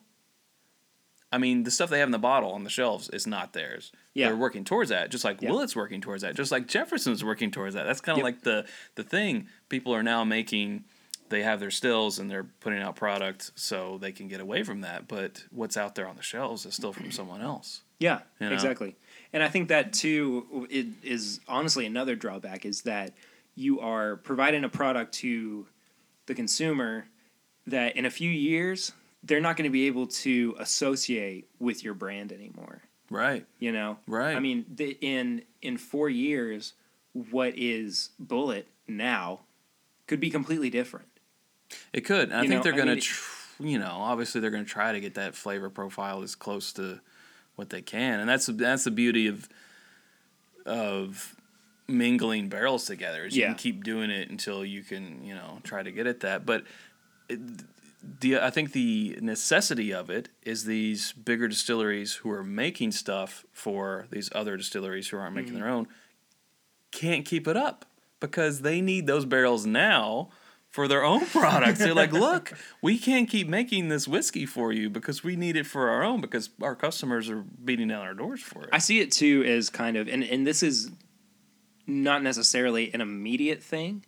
I mean, the stuff they have in the bottle on the shelves is not theirs. Yeah. They're working towards that, just like Yeah. Willett's working towards that, just like Jefferson's working towards that. That's kind of Yep. like the the thing. People are now making. They have their stills and they're putting out product, so they can get away from that. But what's out there on the shelves is still from someone else. Yeah, You know? exactly. And I think that too it is honestly another drawback is that you are providing a product to the consumer that in a few years they're not going to be able to associate with your brand anymore. Right. You know, Right. I mean, the, in in four years, what is Bullet now could be completely different. It could. And I You think know, they're I going mean, to, it- tr- you know, obviously they're going to try to get that flavor profile as close to what they can, and that's that's the beauty of of mingling barrels together. Is you Yeah. can keep doing it until you can, you know, try to get at that. But it, the I think the necessity of it is these bigger distilleries who are making stuff for these other distilleries who aren't making Mm-hmm. their own can't keep it up because they need those barrels now for their own products. They're like, look, we can't keep making this whiskey for you because we need it for our own because our customers are beating down our doors for it. I see it too as kind of, and, and this is not necessarily an immediate thing,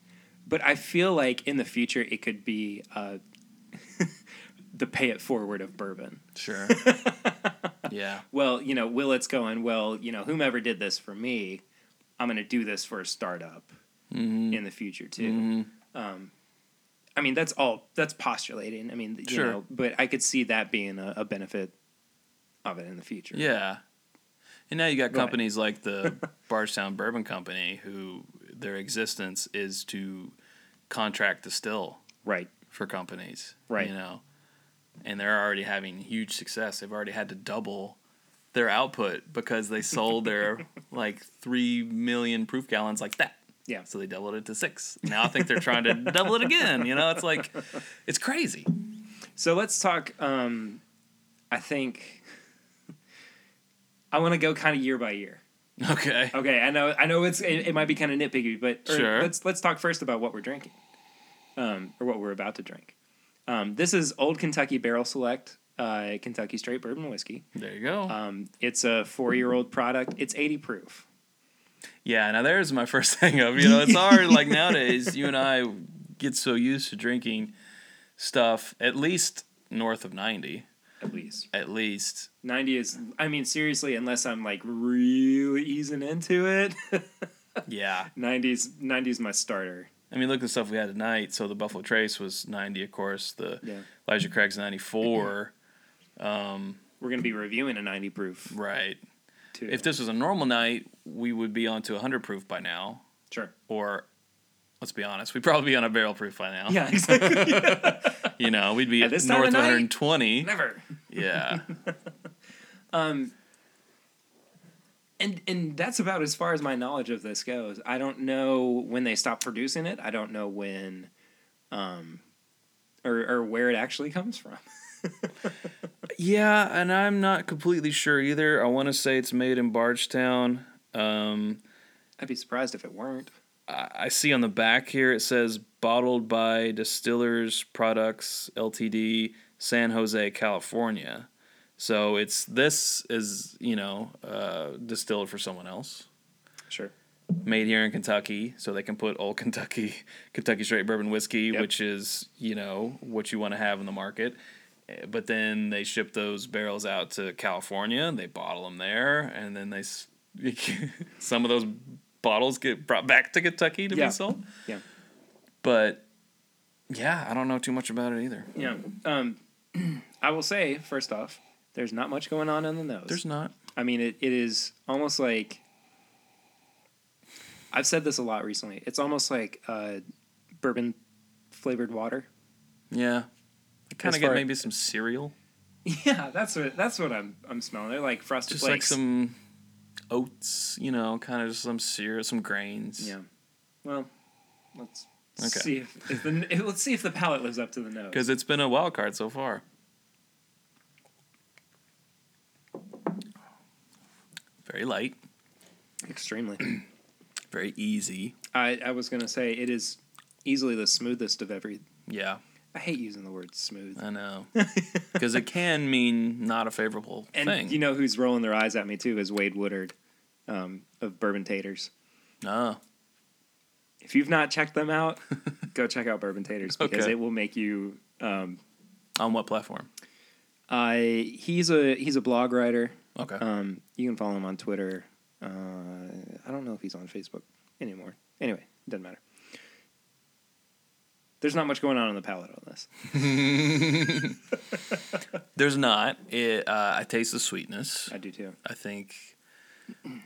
but I feel like in the future it could be uh, the pay it forward of bourbon. sure. yeah. Well, you know, Willett's going, well, you know, whomever did this for me, I'm going to do this for a startup Mm-hmm. in the future too. Um, I mean, that's all, that's postulating. I mean, you Sure. know, but I could see that being a, a benefit of it in the future. Yeah. And now you got Go ahead. companies like the Barstown Bourbon Company who their existence is to contract distill Right. for companies. Right. You know, and they're already having huge success. They've already had to double their output because they sold their like 3 million proof gallons like that. Yeah. So they doubled it to six. Now I think they're trying to double it again. You know, it's like, it's crazy. So let's talk. Um, I think I want to go kind of year by year. Okay. Okay, I know, I know it's it, it might be kind of nitpicky, but or Sure. let's let's talk first about what we're drinking, um, or what we're about to drink. Um, this is Old Kentucky Barrel Select uh, Kentucky Straight Bourbon Whiskey. There you go. Um, it's a four-year-old product. It's eighty proof. Yeah, now there's my first hang up. You know, it's hard like nowadays, you and I get so used to drinking stuff at least north of 90, At least at least. ninety is. I mean, seriously, unless I'm like really easing into it, Yeah. 90s 90s my starter. I mean, look at the stuff we had tonight. So the Buffalo Trace was 90, of course, the Yeah. Elijah Craig's 94. We're gonna be reviewing a ninety proof Right. too. If this was a normal night, we would be on to 100 proof by now. Sure. Or let's be honest, we'd probably be on a barrel proof by now. Yeah, exactly. You know, we'd be At this time north of of night? 120. Never. Yeah. And and that's about as far as my knowledge of this goes. I don't know when they stopped producing it. I don't know when, um, or or where it actually comes from. Yeah, and I'm not completely sure either. I want to say it's made in Bardstown. Um, I'd be surprised if it weren't. I, I see on the back here it says bottled by Distillers Products Ltd, San Jose, California. So it's this is you know uh, distilled for someone else, Sure. made here in Kentucky, so they can put old Kentucky Kentucky Straight Bourbon whiskey, Yep. which is you know what you want to have in the market. Eh, But then they ship those barrels out to California, and they bottle them there, and then they s- some of those bottles get brought back to Kentucky to Yeah. be sold. Yeah. But yeah, I don't know too much about it either. Yeah. Um, I will say, first off, there's not much going on in the nose. There's not. I mean, it, it is almost like I've said this a lot recently. It's almost like uh, bourbon flavored water. Yeah. I kind As of get far- maybe some cereal, Yeah, that's what that's what I'm I'm smelling. They're like frosted just like flakes. some oats, you know, kind of just some cereal, some grains. yeah. Well, let's Okay. see if, if the if- let's see if the palate lives up to the nose. Because it's been a wild card so far. Very light, Extremely. very easy. I I was gonna say it is easily the smoothest of every. Yeah, I hate using the word smooth. I know. Because it can mean not a favorable And thing. you know who's rolling their eyes at me too is Wade Woodard, um, of Bourbon Taters. Ah, If you've not checked them out, go check out Bourbon Taters because Okay. it will make you. Um, on what platform? I he's a he's a blog writer. Okay. Um, you can follow him on Twitter. Uh, I don't know if he's on Facebook anymore. Anyway, doesn't matter. There's not much going on on the palate on this. There's not. It, uh, I taste the sweetness. I do too. I think,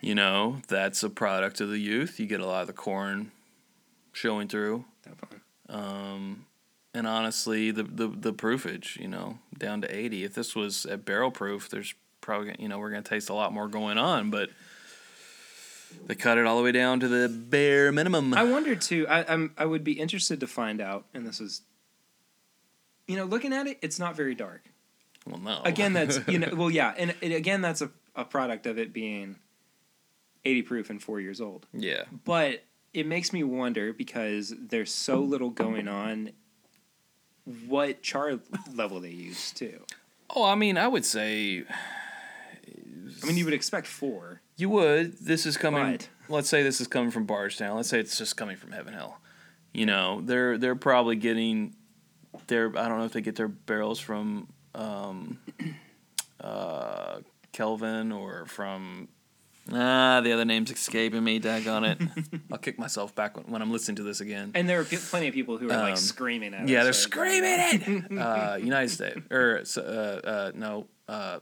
you know, that's a product of the youth. You get a lot of the corn showing through. Definitely. Um, and honestly, the, the the proofage, you know, down to eighty. If this was at barrel proof, there's probably gonna- you know we're gonna taste a lot more going on, but they cut it all the way down to the bare minimum. I wonder too. I, I'm I would be interested to find out. And this is, you know, looking at it, it's not very dark. well, no. Again, that's you know, well, yeah, and it, again, that's a, a product of it being eighty proof and four years old. yeah, But it makes me wonder because there's so little going on. What char level they use too? Oh, I mean, I would say I mean, you would expect four. you would. This is coming. Right. Let's say this is coming from Bardstown. Let's say it's just coming from Heaven Hill. You know, they're they're probably getting their. I don't know if they get their barrels from um, uh, Kelvin or from. Ah, the other name's escaping me. Dag on it. I'll kick myself back when, when I'm listening to this again. And there are pe- plenty of people who are like Um, screaming at. Yeah, they're us right now. screaming it. uh, United States or uh, uh, no, uh,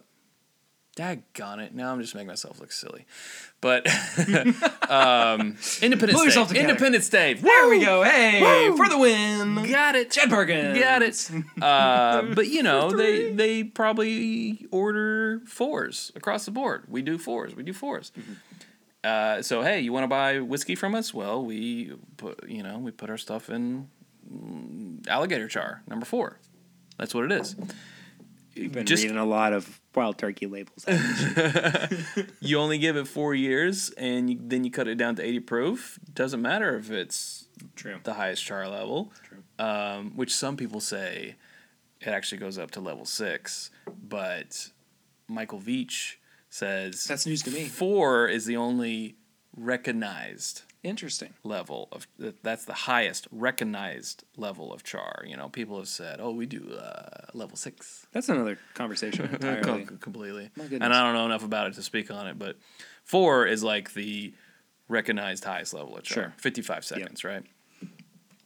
daggone it. Now I'm just making myself look silly, but um, Independence Pull Day. yourself together. Independence Day. There we Woo! go! Hey, Woo! for the win! Got it. Jed Perkins. Got it. Uh, but you know, they they probably order fours across the board. We do fours. We do 4s Mm-hmm. Uh, so hey, you want to buy whiskey from us? Well, we put you know we put our stuff in mm, alligator char number four. That's what it is. You've been Just- reading a lot of wild turkey labels. You only give it four years, and you, then you cut it down to eighty proof. Doesn't matter if it's True. the highest char level, True. Um, which some people say it actually goes up to level six. But Michael Veach says That's news to me. four is the only recognized Interesting. level of that- that's the highest recognized level of char. You know, people have said, "Oh, we do uh, level six That's another conversation entirely. Com- completely," My and goodness. I don't know enough about it to speak on it, but four is like the recognized highest level of char. Sure. Fifty-five seconds, right?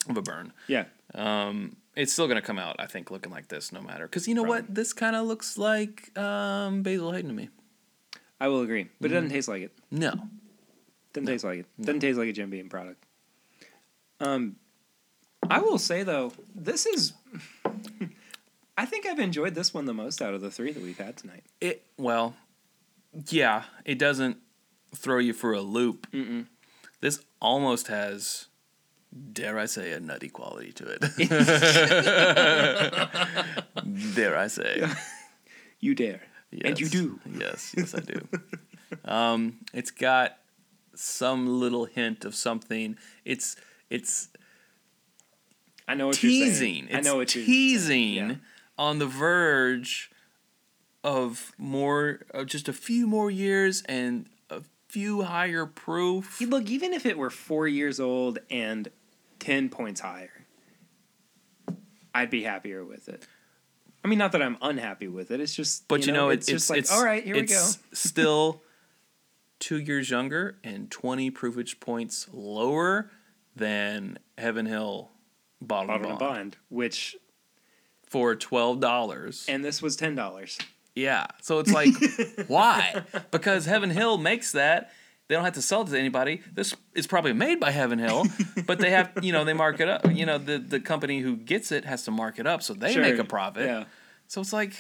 Of a burn. yeah. it's still gonna come out, I think, looking like this, no matter. Because you know what, this kind of looks like um, Basil Hayden to me. I will agree. But it doesn't Mm-hmm. taste like it. No, Doesn't taste like it. Doesn't taste like a Jim Beam product. Um I will say though, this is I think I've enjoyed this one the most out of the three that we've had tonight. it well, yeah, it doesn't throw you for a loop. Mm-mm. This almost has, dare I say, a nutty quality to it. dare I say? You dare. And you Yes. do. Yes, yes, I do. um, it's got some little hint of something. It's it's I know what you're saying. teasing. I It's know what you're teasing yeah. on the verge of more, of just a few more years and a few higher proof. Look, even if it were four years old and ten points higher, I'd be happier with it. I mean, not that I'm unhappy with it. It's just, But you know, it's, just like, all right, here we go. it's still two years younger and twenty proofage points lower than Heaven Hill Bottle Bottle Bond, and bond, which for twelve dollars. and this was ten dollars. Yeah. So it's like, why? Because Heaven Hill makes that. They don't have to sell it to anybody. This is probably made by Heaven Hill, but they have, you know, they mark it up. You know, the, the company who gets it has to mark it up, so they Sure. make a profit. Yeah. So it's like,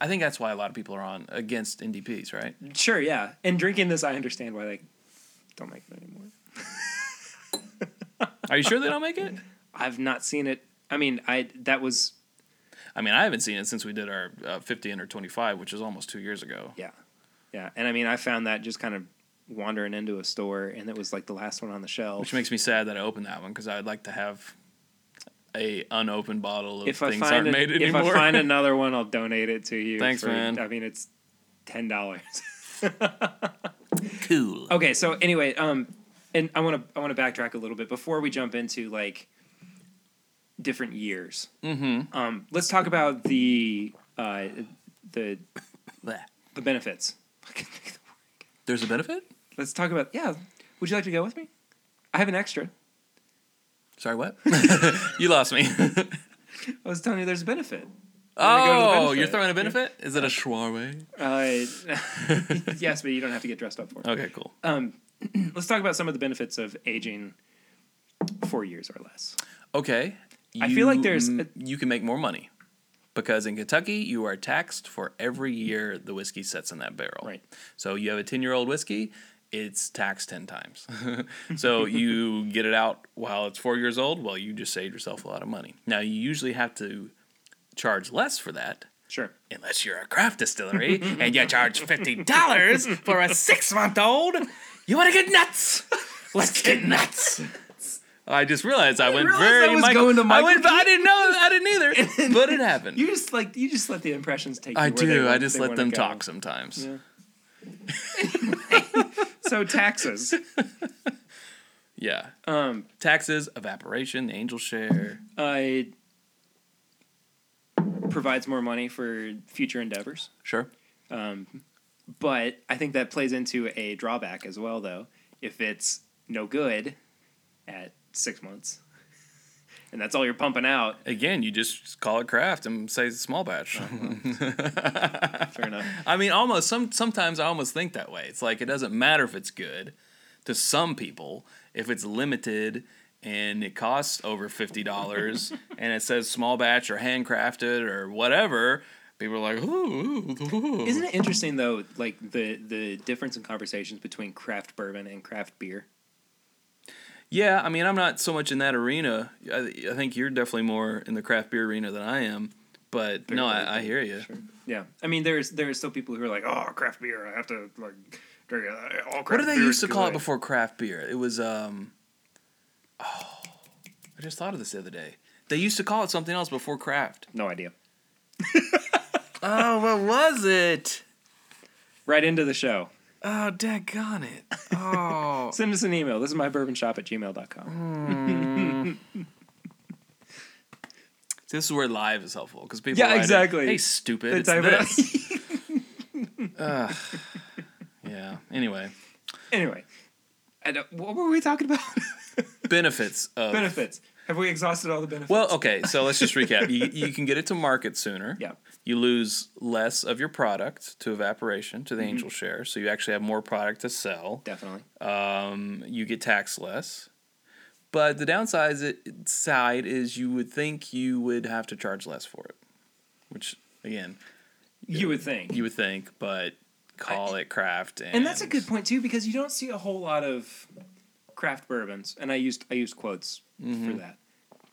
I think that's why a lot of people are on against NDPs, right? Sure, yeah. And drinking this, I understand why they don't make it anymore. Are you sure they don't make it? I've not seen it. I mean, I that was I mean, I haven't seen it since we did our uh, 50 under 25, which was almost two years ago. yeah, yeah. And I mean, I found that just kind of wandering into a store, and it was like the last one on the shelf. Which makes me sad that I opened that one because I'd like to have a unopened bottle of if I things find aren't an- made if anymore. I find another one, I'll donate it to you. Thanks, man. I mean, it's ten dollars. cool. okay, so anyway, um, and I want to I want to backtrack a little bit before we jump into like different years. Mm-hmm. Um, let's talk about the uh, the Bleh. the benefits. There's a benefit? Let's talk about yeah. Would you like to go with me? I have an extra. Sorry, what? you lost me. I was telling you there's a benefit. gonna go to the oh, benefit. you're throwing a benefit? Is it a schwarway? Uh, yes, but you don't have to get dressed up for it. Okay, cool. Let's talk about some of the benefits of aging four years or less. Okay. I feel like You- there's a- you can make more money because in Kentucky you are taxed for every year the whiskey sits in that barrel. Right. So you have a ten year old whiskey, it's taxed ten times. so you get it out while it's four years old. Well, you just saved yourself a lot of money. Now you usually have to charge less for that. Sure. unless you're a craft distillery and you charge fifty dollars for a six month old, you want to get nuts. Let's get nuts. I just realized I went realize very I was Michael. going to I, went, Michael I didn't know. I didn't either. but it happened. You just like you just let the impressions take. You I where they do. I want- just they let wanna them go. talk sometimes. Yeah. So taxes. Yeah. Um, Taxes, evaporation, angel share. I provides more money for future endeavors. Sure. But I think that plays into a drawback as well, though. If it's no good at six months, and that's all you're pumping out, Again, you just call it craft and say it's small batch. fair enough. I mean, almost some sometimes I almost think that way. It's like it doesn't matter if it's good to some people if it's limited and it costs over fifty dollars and it says small batch or handcrafted or whatever. People are like, ooh, ooh, ooh." Isn't it interesting though, like the the difference in conversations between craft bourbon and craft beer? yeah. I mean, I'm not so much in that arena. I, I think you're definitely more in the craft beer arena than I am. But no, I, I hear you. Yeah, I mean, there's there are still people who are like, oh, craft beer, I have to like drink it. All craft What did they beer used is to call it good." before craft beer? It was um oh I just thought of this the other day. They used to call it something else before craft. No idea. Oh, what was it? Right into the show. Oh, daggone it. Oh. Send us an email. This is my bourbon shop at gmail.com. this is where live is helpful because people Yeah, write in, exactly. hey, stupid. They it's type it out. this." Ugh. yeah. Anyway, anyway, I don't, what were we talking about? benefits of benefits. Have we exhausted all the benefits? Well, okay, so let's just recap. You, you can get it to market sooner. Yeah. You lose less of your product to evaporation to the angel share, so you actually have more product to sell. definitely. Um, you get taxed less, but the downside is, it, side is you would think you would have to charge less for it, which again You would think. you would think, but call it craft and, and that's a good point too because you don't see a whole lot of craft bourbons and i used i used quotes for that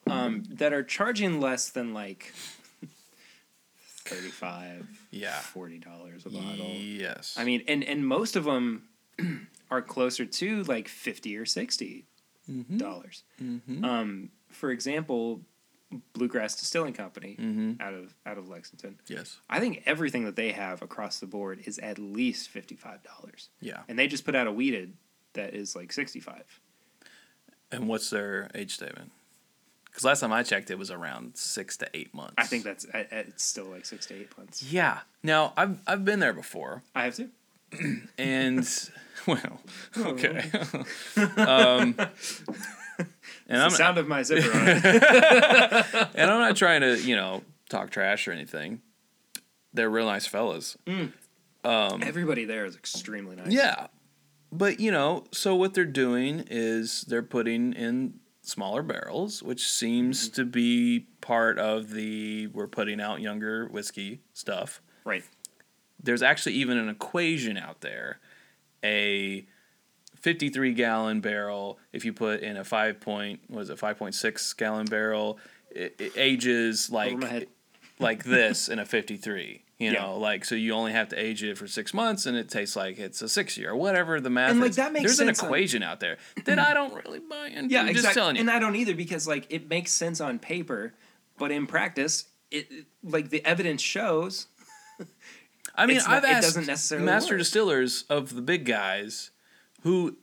um, that are charging less than like 35 Yeah. 40 dollars a bottle Yes. i mean and and most of them are closer to like 50 or 60 Mm-hmm. dollars um, for example bluegrass distilling company out of out of lexington yes. i think everything that they have across the board is at least 55 dollars Yeah. and they just put out a weeded that is like 65 And what's their age statement? Because last time I checked, it was around six to eight months. i think that's I- I- it's still like six to eight months Yeah. Now I've I've been there before, i have to and well, Oh. okay. um, and the I'm sound of my zipper on it. and I'm not trying to you know talk trash or anything. They're real nice fellas. Everybody there is extremely nice. Yeah. But, you know, so what they're doing is they're putting in smaller barrels, which seems to be part of the we're putting out younger whiskey stuff. Right. There's actually even an equation out there. A 53 gallon barrel, if you put in a 5 point, what is it, 5.6 gallon barrel, it, it ages like my head. like this in a 53 you know Yeah. like so you only have to age it for six months and it tastes like it's a six year or whatever the math And, like, is. that makes there's sense an on- equation out there that i don't really buy into Yeah, i'm exactly. just telling you And I don't either because like it makes sense on paper, but in practice, it like the evidence shows. i mean it's not- i've it asked doesn't necessarily master work. distillers of the big guys who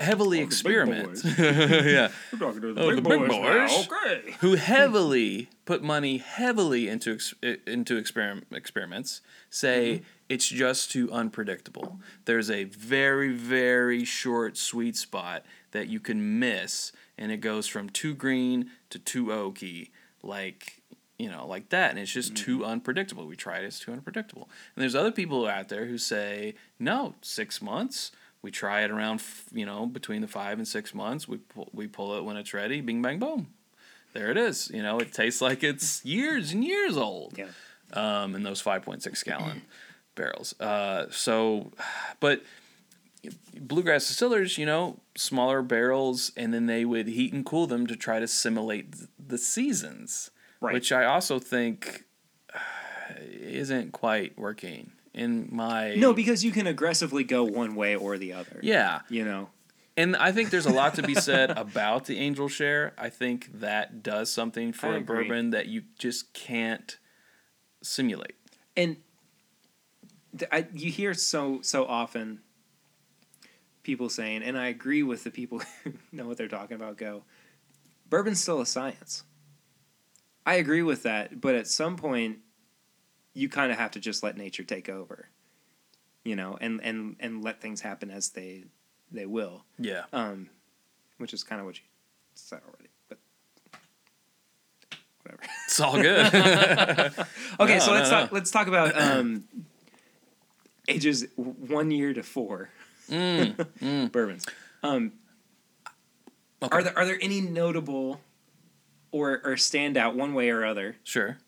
heavily the big experiment boys. yeah We're talking to Oh, big the big boys now, boys. Okay. who heavily put money heavily into ex- into experim- experiments say it's just too unpredictable. There's a very very short sweet spot that you can miss, and it goes from too green to too oaky, like you know, like that, and it's just too unpredictable. We tried it; it's too unpredictable. And there's other people out there who say no, six months. We try it around, f- you know, between the five and six months. We pull, we pull it when it's ready. Bing bang boom there it is. You know, it tastes like it's years and years old. Yeah. Um, in those 5.6 gallon barrels. Uh, so, but bluegrass distillers, you know, smaller barrels, and then they would heat and cool them to try to simulate th- the seasons, Right. which I also think uh, isn't quite working in my No, because you can aggressively go one way or the other. yeah. You know. And I think there's a lot to be said about the angel share. I think that does something I for a agree. bourbon that you just can't simulate. and th- I, you hear so so often people saying and i agree with the people who know what they're talking about go bourbon's still a science i agree with that but at some point you kind of have to just let nature take over you know and and and let things happen as they they will Yeah. um, which is kind of what you said already but whatever It's all good. Okay, No, so let's no, talk. Let's talk about um, ages w- one year to four Mm, bourbons. Um, Okay. Are there are there any notable or or stand out one way or other sure.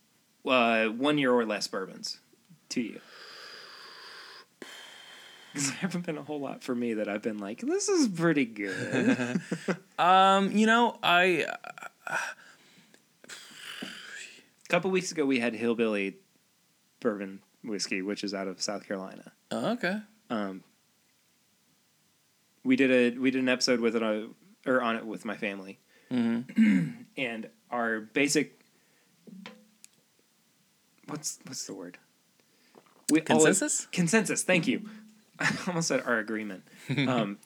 uh, one year or less bourbons to you? Because there haven't been a whole lot for me that I've been like, this is pretty good. Um, you know, I a couple weeks ago, we had Hillbilly bourbon whiskey, which is out of South Carolina. oh, okay. um, we did a we did an episode with it on, or on it with my family, Mm-hmm. and our basic what's what's the word we always- Consensus? consensus. Thank you. I almost said our agreement. um,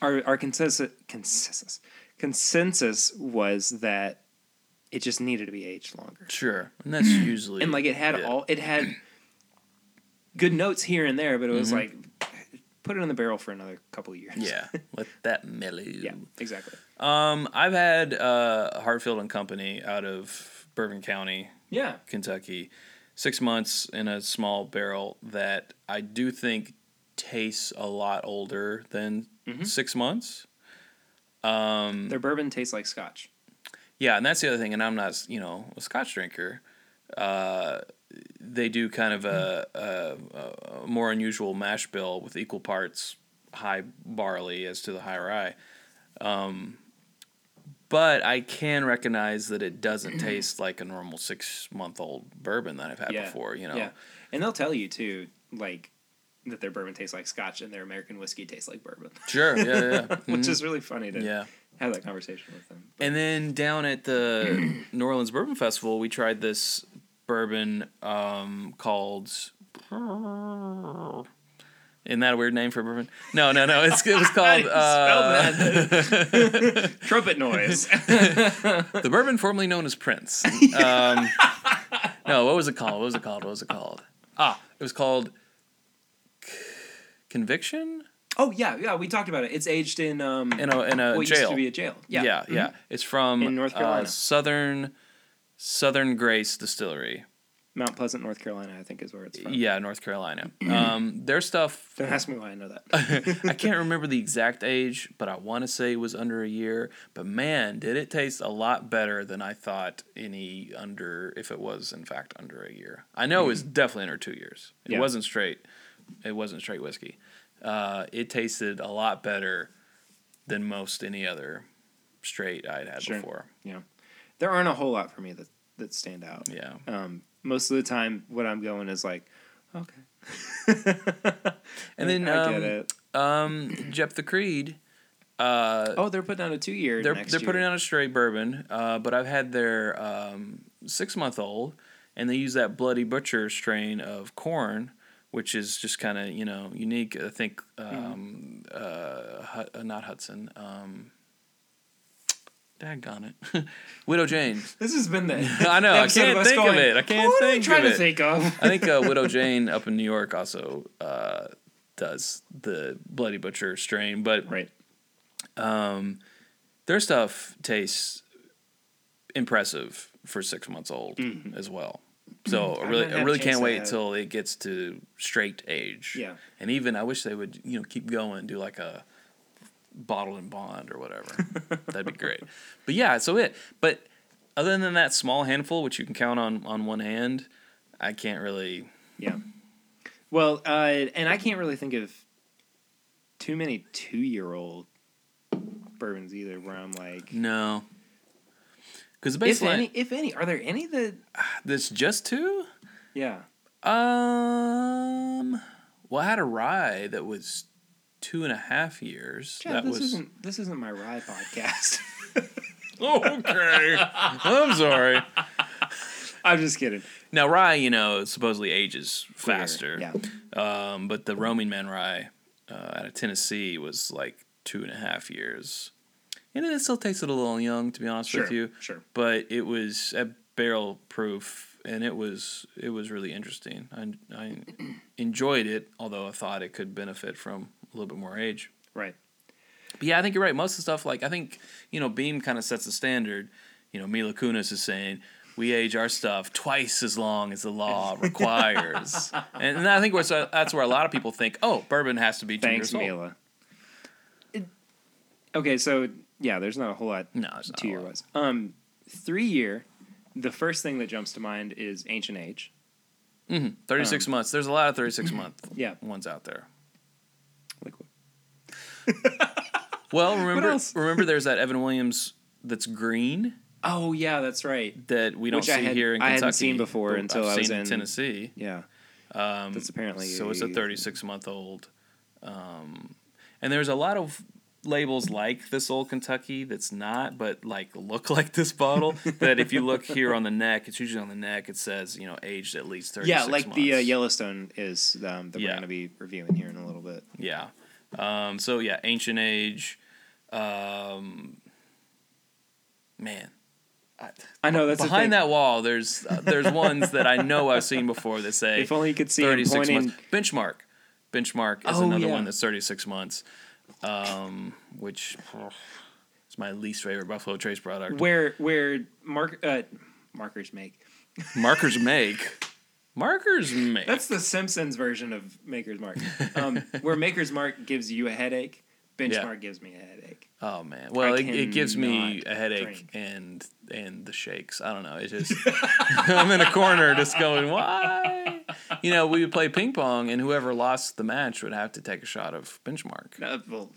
our our consensus consensus consensus was that it just needed to be aged longer Sure. And that's usually and like it had Yeah. all it had good notes here and there but it was like put it in the barrel for another couple of years Mm-hmm. Yeah. Let that mellow. yeah exactly Um, I've had uh Hartfield and Company out of Bourbon County yeah Kentucky, six months in a small barrel that I do think tastes a lot older than Mm-hmm. six months. Mm. their bourbon tastes like scotch Yeah, and that's the other thing. And I'm not, you know, a Scotch drinker. Uh, they do kind of a, a, a more unusual mash bill with equal parts high barley as to the high rye. Um, but I can recognize that it doesn't taste like a normal six month old bourbon that I've had yeah before. You know, yeah and they'll tell you too like that their bourbon tastes like scotch and their american whiskey tastes like bourbon Sure. Yeah. Yeah. yeah. which is really funny to Mm-hmm. Yeah. have that conversation with them And then down at the New Orleans Bourbon Festival, we tried this bourbon um, called. Isn't that a weird name for bourbon? No, no, no. It's, it was called uh, trumpet noise the bourbon formerly known as Prince. Um, no, what was it called? What was it called? What was it called? Ah, it was called C- Conviction oh yeah yeah we talked about it it's aged in um in a in a what jail. used to be a jail Yeah, yeah Mm-hmm. yeah. It's from In North uh, Carolina. Southern Southern Grace Distillery. Mount Pleasant, North Carolina, I think is where it's from. Yeah, North Carolina. Um, their stuff, Don't ask me why I know that. I can't remember the exact age, but I want to say it was under a year. But man, did it taste a lot better than I thought any under, if it was in fact under a year. I know it was definitely under two years. It Mm. Yeah. wasn't straight. It wasn't straight whiskey. Uh, it tasted a lot better than most any other straight I'd had Sure. before. Yeah, there aren't a whole lot for me that that stand out. Yeah. Um, most of the time, what I'm going is like, okay, And then I um, get it. um, Jephthah Creed. Uh, Oh, they're putting out a two year. they're next they're year. putting out a straight bourbon, uh, but I've had their um, six month old, and they use that bloody butcher strain of corn, which is just kind of you know unique. I think Mm-hmm. um, uh, Hut, uh, not Hudson. Um, Daggone it, Widow Jane. This has been the. I know, I episode can't us think of it. I can't what are think we trying of it." to think of? I think uh, Widow Jane up in New York also uh, does the bloody butcher strain, but right. their stuff tastes impressive for six months old as well. So I Mm-hmm. I really, might I have really to can't chase wait that. till it gets to straight age. Yeah. and even I wish they would, you know, keep going, do like a bottle and bond or whatever. That'd be great. But yeah, so it. But other than that small handful, which you can count on on one hand, I can't really. Yeah. Well, uh, and I can't really think of too many two year old bourbons either. Where I'm like, No. Because the if baseline, any, if any, are there any that? this just two. Yeah. Um. Well, I had a rye that was two and a half years. Chad, that this was isn't this isn't my rye podcast. okay. I'm sorry. I'm just kidding. Now rye, you know, supposedly ages faster. Yeah. Um, but the roaming man rye uh, out of Tennessee was like two and a half years, and it still tasted a little young, to be honest Sure. with you. Sure. But it was at barrel proof, and it was it was really interesting. I I enjoyed it, although I thought it could benefit from a little bit more age. Right. But yeah, I think you're right. Most of the stuff, like I think you know, Beam kind of sets the standard. You know, Mila Kunis is saying we age our stuff twice as long as the law requires, and, and I think where, so that's where a lot of people think, oh, bourbon has to be two Thanks, years old. Mila. It- okay, so yeah, there's not a whole lot. No, it's not two a year lot. was. Um, three year. The first thing that jumps to mind is Ancient Age. Thirty-six months. There's a lot of thirty-six month Um, Yeah. ones out there. Like what? Well, remember, else? remember, there's that Evan Williams that's green Oh yeah, that's right. that we don't Which see I had- here in I Kentucky. hadn't seen before but until I've I was seen in- Tennessee. Yeah. Um, That's apparently so it's a a- 36 month old, um, and there's a lot of labels like this old Kentucky that's not, but like look like this bottle. that if you look here on the neck, it's usually on the neck. It says you know aged at least 36 Yeah, like the uh, months. Yellowstone is um, that Yeah. we're going to be reviewing here in a little bit. Yeah. Um, so yeah, ancient age. Um, man, I know that's behind that wall, there's uh, there's ones that I know I've seen before that say If only you could see him 36 pointing. months. Benchmark. Benchmark is Oh, another yeah. one that's 36 months, um, which is my least favorite Buffalo Trace product. Where where mark uh, markers make. Markers make. Markers make. That's the Simpsons version of Maker's Mark. Um, where Maker's Mark gives you a headache, Benchmark gives me a headache. oh, man. Well, it, it gives me cannot a headache drink. and and the shakes. I don't know. It's just, I'm in a corner just going, why? You know, we would play ping pong, and whoever lost the match would have to take a shot of benchmark. No, Uh, well,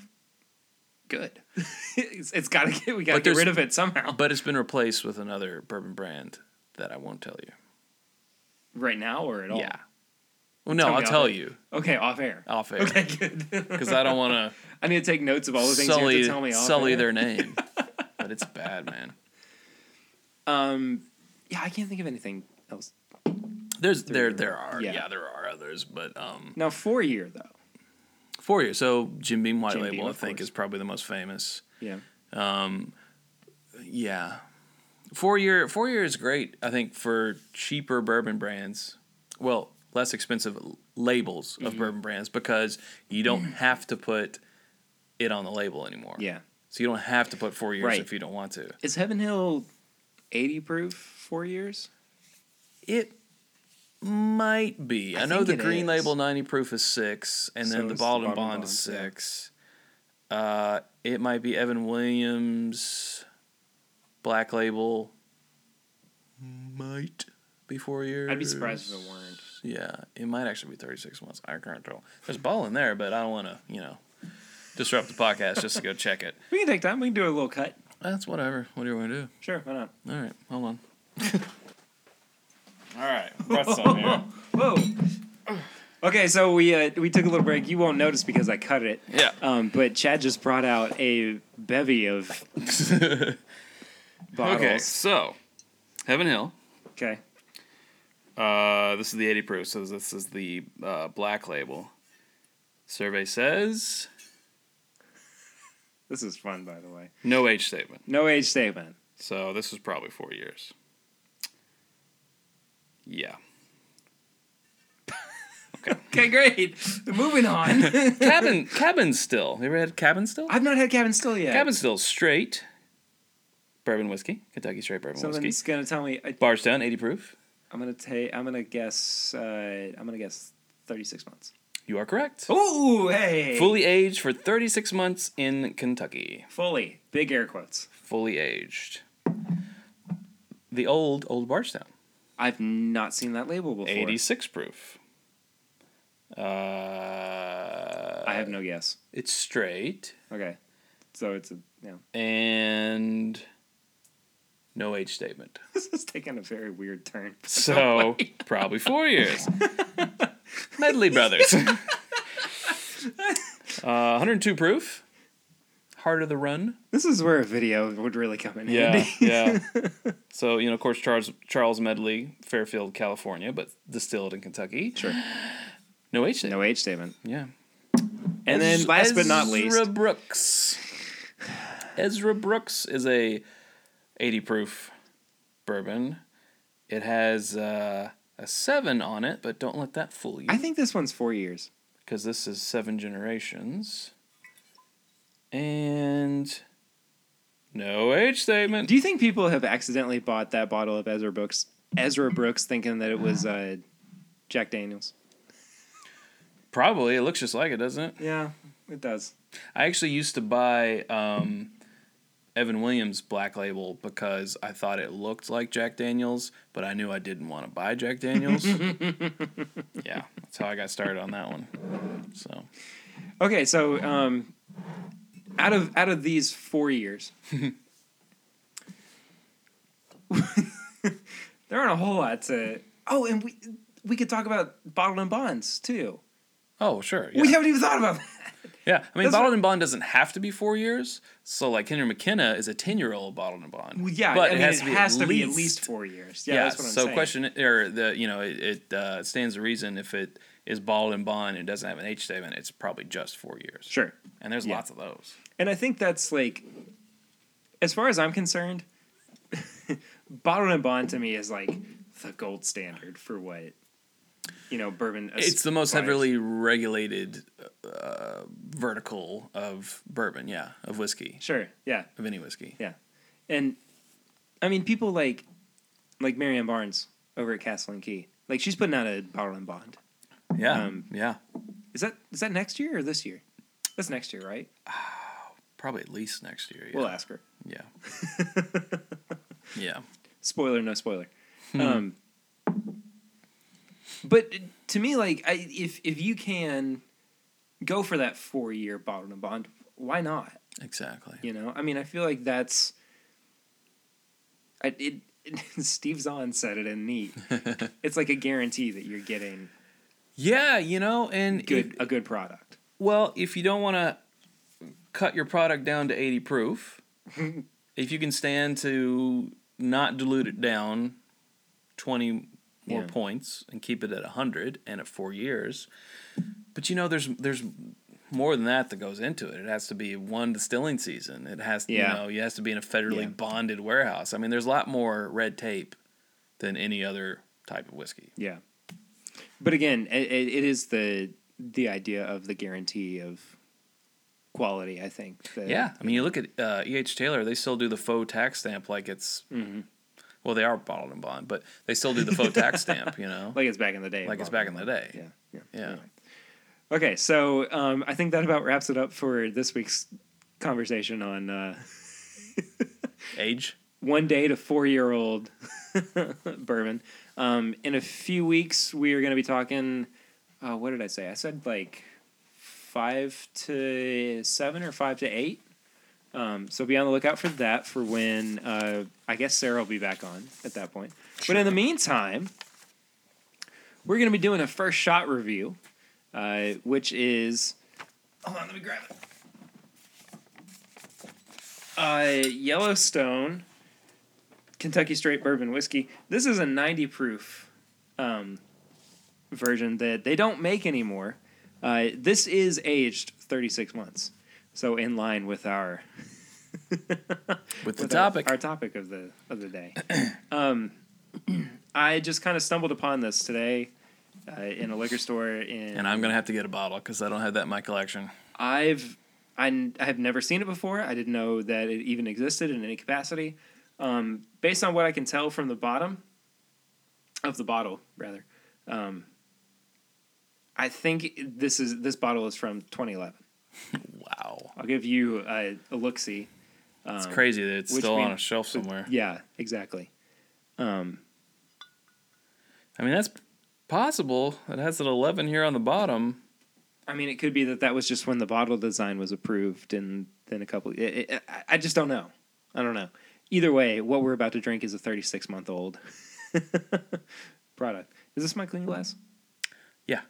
good. it's it's got to get we got to get But there's- rid of it somehow. But it's been replaced with another bourbon brand that I won't tell you. Right now or at all? Yeah. Oh. Well, no, Tell me I'll off tell air. you Okay, off air. off air Okay, good. because I don't want I need to take notes of all to the things you sully have to tell me. Off sully air. their name. but it's bad, man. Um, yeah, I can't think of anything else. There's there there are yeah. Yeah. there are others, but um Now, four year though. four years. So Jim Beam White Jim Label Beam, I of think course. is probably the most famous. Yeah. Yeah. Four year four year is great, I think, for cheaper bourbon brands. Well, less expensive l- labels Mm-hmm. of bourbon brands because you don't have to put it on the label anymore. Mm. Yeah. So you don't have to put four years Right. if you don't want to. Is Heaven Hill 80 proof four years? It might be. I, I know think the it Green is. Label 90 proof is six, and So then the is the Bald and Baldwin Bond is Bonds, yeah. six. Uh, it might be Evan Williams, Black Label, might be four years. I'd be surprised if it weren't. Yeah, it might actually be 36 months. I can't tell. There's a ball in there, but I don't want to, you know, disrupt the podcast just to go check it. We can take time. We can do a little cut. That's whatever. What do you want to do? Sure, why not? All right, hold on. All right, breath's on here. Whoa. Okay, so we uh, we took a little break. You won't notice because I cut it. Yeah. Um, but Chad just brought out a bevy of Okay, bottles. so Heaven Hill. Okay. Uh, this is the 80 proof, so this is the uh, black label. Survey says This is fun, by the way. no age statement. No age statement. So this was probably four years. Yeah. Okay, great. Moving on. Cabin Cabin Still. You ever had Cabin Still? I've not had Cabin Still yet. Cabin Still straight bourbon whiskey, Kentucky straight bourbon Something's whiskey. gonna tell me. I, Barstown 80 proof. I'm gonna take. I'm gonna guess. Uh, I'm gonna guess 36 months. You are correct. Ooh, hey. Fully aged for 36 months in Kentucky. Fully. Big air quotes. Fully aged. The old old Barstown. I've not seen that label before. 86 proof. Uh, I have no guess. It's straight Okay. So it's a yeah. and no age statement. This is taking a very weird turn. So probably four years. Medley Brothers. uh, 102 proof. Heart of the Run. This is where a video would really come in Yeah, handy. yeah. So you know, of course, Charles Charles Medley, Fairfield, California, but distilled in Kentucky. Sure. No age statement. No age statement. Yeah. And then last but not Ezra least, Brooks. Ezra Brooks is a 80 proof bourbon. It has uh, a seven on it, but don't let that fool you, I think this one's four years. because this is seven generations. And no age statement. Do you think people have accidentally bought that bottle of Ezra Brooks, Ezra Brooks, thinking that it was uh, Jack Daniels? Probably it looks just like it, doesn't it? Yeah, it does. I actually used to buy um, Evan Williams Black Label because I thought it looked like Jack Daniels, but I knew I didn't want to buy Jack Daniels. yeah, that's how I got started on that one. So Okay, so um, out of out of these four years, there aren't a whole lot to. Oh, and we we could talk about bottled and bonds too. Oh sure, yeah. We haven't even thought about that. yeah. I mean, That's bottled and bond doesn't have to be four years. So like Henry McKenna is a ten year old bottled and bond. Well, yeah, but I it mean, has to, be, at least, four years. Yeah, Yeah. that's what I'm so saying. question or the you know it, it uh, stands to reason if it is bottled and bond and doesn't have an age statement, it's probably just four years. Sure. And there's Yeah. lots of those. And I think that's like, as far as I'm concerned, bottled and bond to me is like the gold standard for what, you know, bourbon. it's the most aspires- heavily regulated uh, vertical of bourbon, yeah, of whiskey, Sure. Yeah. of any whiskey. Yeah. And I mean, people like, like Marianne Barnes over at Castle and Key, like she's putting out a bottle and bond. Yeah, Um, yeah, Is that, is that next year or this year? That's next year, right? probably at least next year. Yeah, We'll ask her. yeah, yeah. spoiler no spoiler Hmm. um but to me like I, if if you can go for that four year bottle to bond why not Exactly. you know i mean i feel like that's I, it, steve zahn said it in neat it's like a guarantee that you're getting Yeah, you know, and if- good a good product well, if you don't want to cut your product down to eighty proof, if you can stand to not dilute it down twenty more Yeah. points and keep it at hundred and at four years, But you know, there's there's more than that that goes into it. It has to be one distilling season. It has Yeah. you know, you has to be in a federally Yeah. bonded warehouse. I mean, there's a lot more red tape than any other type of whiskey. yeah but again it, it, it is the the idea of the guarantee of quality i think that, Mm-hmm. Yeah, I mean, you look at uh, E. H. Taylor; they still do the faux tax stamp like it's Well, they are bottled and bond, but they still do the faux tax stamp, you know, like, Like it's back in the day. it's back in the day. Yeah. Yeah. Yeah. Okay, so um, I think that about wraps it up for this week's conversation on uh, Age. one day to four year old bourbon. Um, in a few weeks, we are going to be talking. Uh, what did I say? I said like five to seven or five to eight. Um, so be on the lookout for that for when uh, I guess Sarah will be back on at that point. But in the meantime, we're going to be doing a first shot review, uh, which is. Hold on, let me grab it. Uh, Yellowstone, Kentucky Straight Bourbon Whiskey. This is a 90 proof um, version that they don't make anymore. Uh, this is aged 36 months. So in line with our With the with our- topic. our, topic of the of the day. um, I just kind of stumbled upon this today uh, in a liquor store in and I'm going to have to get a bottle because I don't have that in my collection. I've I, n- I have never seen it before. I didn't know that it even existed in any capacity. Um, based on what I can tell from the bottom of the bottle, rather, um, I think this is this bottle is from 2011. Wow. I'll give you a, a look see. It's crazy that it's Um, which still on a means- shelf somewhere. Yeah, exactly. Um, I mean, that's possible. It has an 11 here on the bottom. I mean, it could be that that was just when the bottle design was approved, and then a couple. It, it, I- I just don't know. I don't know. Either way, what we're about to drink is a 36 month old product. Is this my clean glass? Yeah.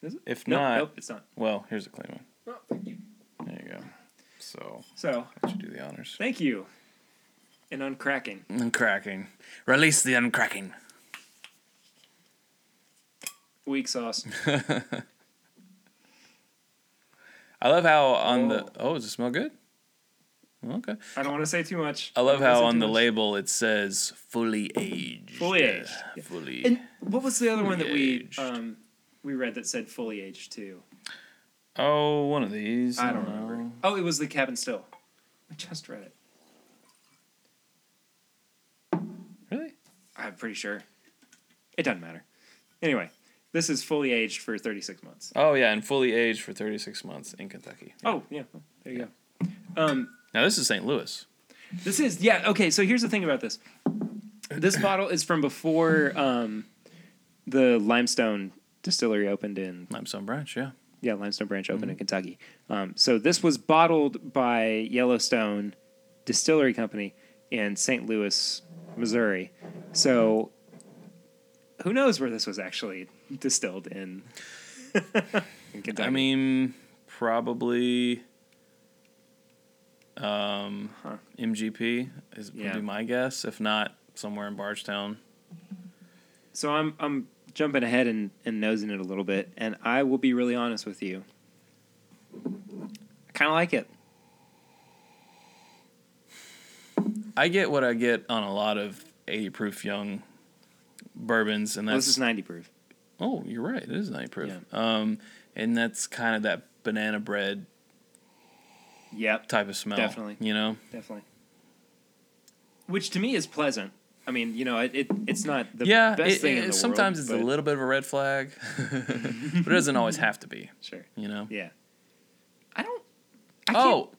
Is it? If Nope, not, nope, it's not. well, here's a clean one. Oh, thank you. There you go. So, So, let you do the honors. thank you. And uncracking. Uncracking. Release the uncracking. Weak sauce. I love how on the. Oh, does it smell good? Oh, Okay. I don't want to say too much. I love don't wanna how say on too the much. label it says fully aged. Fully aged. Yeah, Fully. And what was the other one that we Aged. um, we read that said fully aged too? oh, one of these. I don't remember. Oh, it was the cabin still. I just read it. Really? I'm pretty sure. It doesn't matter. Anyway, this is fully aged for 36 months. Oh, yeah, and fully aged for 36 months in Kentucky. Oh, yeah. There you go. Um, Now, this is St. Louis. this is, yeah, okay, so here's the thing about this. This bottle is from before um, the limestone distillery opened in, Limestone Branch, yeah. yeah, limestone branch opened Mm-hmm. in Kentucky. Um, so this was bottled by Yellowstone Distillery Company in St. Louis, Missouri. So who knows where this was actually distilled in, in Kentucky. I mean, probably um, Huh. MGP is Yeah. would be my guess. If not, somewhere in Bargetown. So I'm I'm jumping ahead and, and nosing it a little bit, and I will be really honest with you. I kind of like it. I get what I get on a lot of 80 proof young bourbons, and Well, that's this is 90 proof. oh, you're right, it is night proof. Um, and that's kind of that banana bread Yep, type of smell. Definitely. you know, definitely. Which to me is pleasant. I mean, you know, it, it it's not the yeah. best it- thing it- in the sometimes world. it's a but- little bit of a red flag, but it doesn't always have to be. Sure. You know. Yeah. I don't. I oh,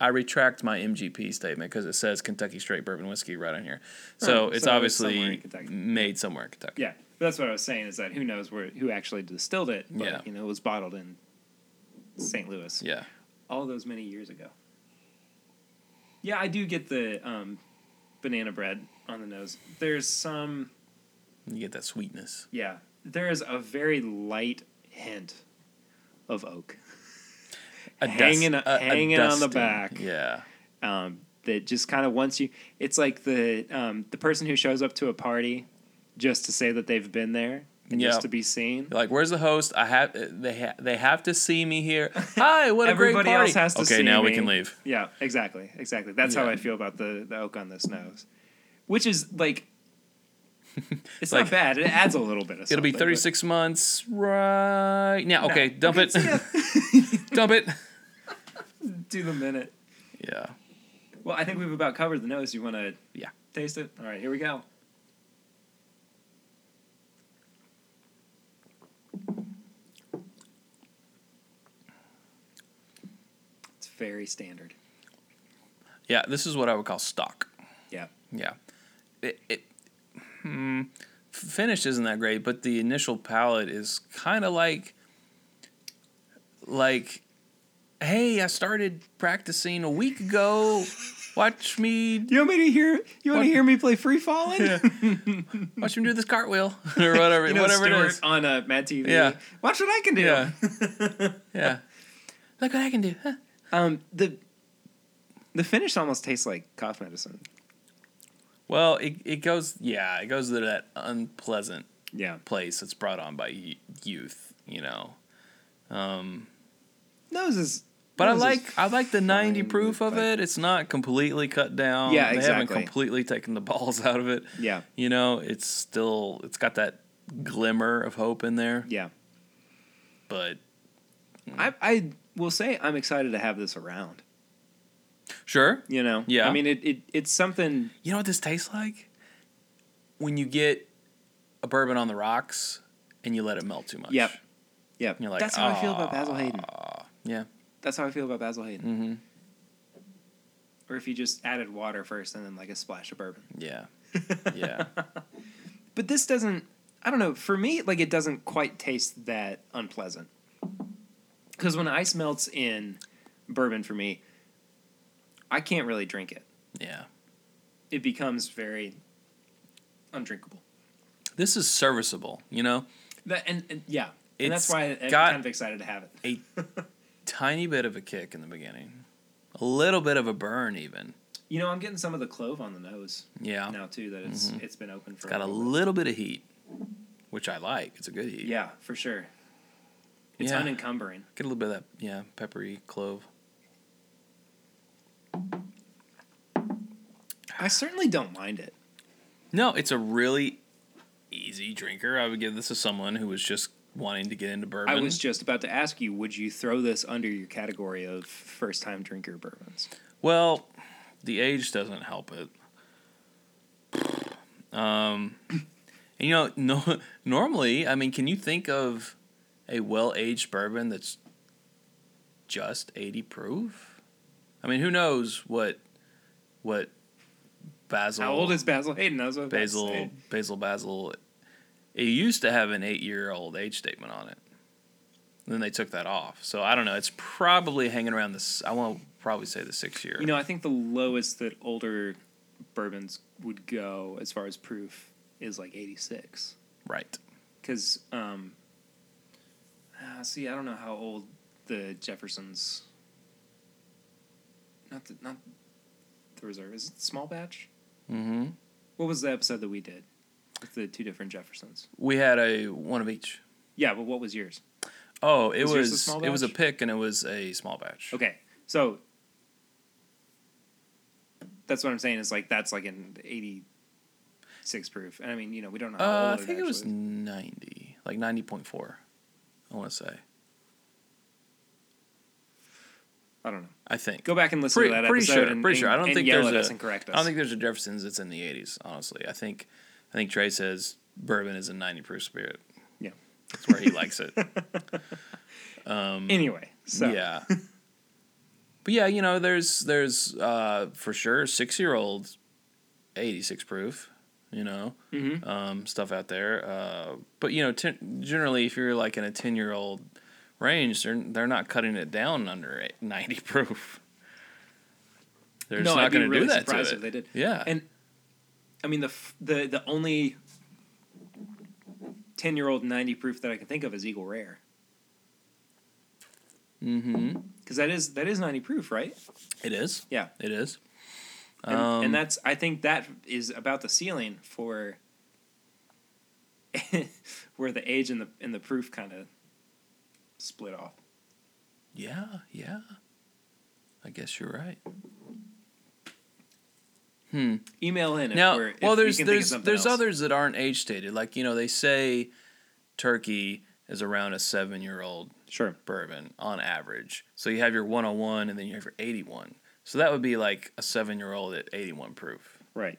I retract my MGP statement because it says Kentucky Straight Bourbon Whiskey right on here. So Oh, it's so it's somewhere in obviously Kentucky. made somewhere in Kentucky. Yeah, but that's what I was saying is that who knows where who actually distilled it? But, Yeah. You know, it was bottled in St. Louis. Yeah. all those many years ago. Yeah, I do get the um, banana bread on the nose. There's some, You get that sweetness. yeah, there is a very light hint of oak A Hanging- hanging on the dusting. back. Yeah. um, that just kind of wants you. It's like the um, the person who shows up to a party just to say that they've been there and Yeah. just to be seen. Like, where's the host? I have they ha- they have to see me here. Hi, what a great Everybody party. else has to okay, see now we me. can leave. Yeah, exactly, exactly. That's how Yeah. I feel about the, the oak on this nose, which is like. It's Like- not bad. It adds a little bit of. It'll be something, but- 36 months right now. Okay, dump it. dump it. do the minute. Yeah. Well, I think we've about covered the nose. You want to Yeah. taste it? All right, here we go. very standard. Yeah, this is what I would call stock. Yeah. Yeah, it, it hmm, finish isn't that great, but the initial palette is kind of like like, hey, I started practicing a week ago. Watch me You want me to hear? You want What- to hear me play free falling? watch me do this cartwheel or whatever You know, whatever it Stuart is. on uh, Mad TV. Yeah. Watch what I can do. Yeah. yeah. Look what I can do. huh? Um, the the finish almost tastes like cough medicine. Well, it, it goes yeah, it goes to that unpleasant Yeah. place that's brought on by y- youth, you know. Um, Nose is. but I nose is- like I like the 90 fine proof with of it. It's not completely cut down. Yeah, they haven't exactly. completely taken the balls out of it. Yeah. You know, it's still it's got that glimmer of hope in there, Yeah. but Mm. I I will say I'm excited to have this around. sure. You know. Yeah. I mean it, it it's something. You know what this tastes like? When you get a bourbon on the rocks and you let it melt too much. Yep. Yeah. You're like, That's how I feel about Basil Hayden. Yeah. That's how I feel about Basil Hayden. Mm-hmm. Or if you just added water first and then like a splash of bourbon. Yeah. Yeah. But this doesn't. I don't know. For me, like it doesn't quite taste that unpleasant. Because when ice melts in bourbon for me, I can't really drink it. yeah. It becomes very undrinkable. This is serviceable, you know? That and, and yeah, and It's that's why I'm got- kind of excited to have it. A tiny bit of a kick in the beginning. A little bit of a burn even. You know, I'm getting some of the clove on the nose Yeah. now too. That it's it's been open for Oh. Mm-hmm. Got a little little bit of heat, which I like. It's a good bit. heat. yeah for sure. It's Yeah. unencumbering. Get a little bit of that, yeah, peppery clove. I certainly don't mind it. No, it's a really easy drinker. I would give this to someone who was just wanting to get into bourbon. I was just about to ask you, would you throw this under your category of first time drinker bourbons? Well, the age doesn't help it. Um, and you know, no, normally, I mean, can you think of a well-aged bourbon that's just eighty proof? I mean, who knows what what Basil How old is Basil Hayden? That's what I was about to Basil say. Basil Basil? It used to have an eight-year-old age statement on it. Then they took that off, so I don't know. It's probably hanging around this. I want to probably say the six-year. You know, I think the lowest that older bourbons would go as far as proof is like 86. Right. Because, um, ah, see, I don't know how old the Jeffersons. Not the, not the reserve. Is it small batch? Mm-hmm. What was the episode that we did with the two different Jeffersons? We had a one of each. Yeah, but what was yours? Oh, it Was yours a was, small it was a batch? pick and it was a small batch. Okay, so that's what I'm saying is like that's like an 86 proof, and I mean you know we don't know. How Uh, old I think it was actually is. ninety, like ninety point four. I want to say. I don't know. I think. Go back and listen Pretty- to that pretty episode. sure, and, pretty sure. I and- don't and think yell there's at a- us and correct us. I don't think there's a Jefferson's that's in the eighties. Honestly, I think, I think Trey says bourbon is a ninety proof spirit. Yeah. that's where he likes it. anyway, so um, Yeah. but yeah, you know, there's there's uh, for sure six year old, eighty six proof, you know, Mhm. um, stuff out there. Uh, but you know, ten, generally, if you're like in a ten year old range, they're they're not cutting it down under eight- ninety proof. They're just no, not I'd be going to really do that to surprised it. if they did. Yeah. and I mean the f- the the only ten year old 90 proof that I can think of is Eagle Rare mm-hmm. because that is that is 90 proof, right? It is. Yeah. It is. and, um, and that's I think that is about the ceiling for where the age and the and the proof kind of split off. yeah, yeah. I guess you're right. Hmm. Email in if now, we're if well, you there's can think of there's something there's else. others that aren't age stated. Like you know, they say turkey is around a seven year old sure bourbon on average. So you have your 101, and then you have your 81. So that would be like a seven year old at 81 proof. right.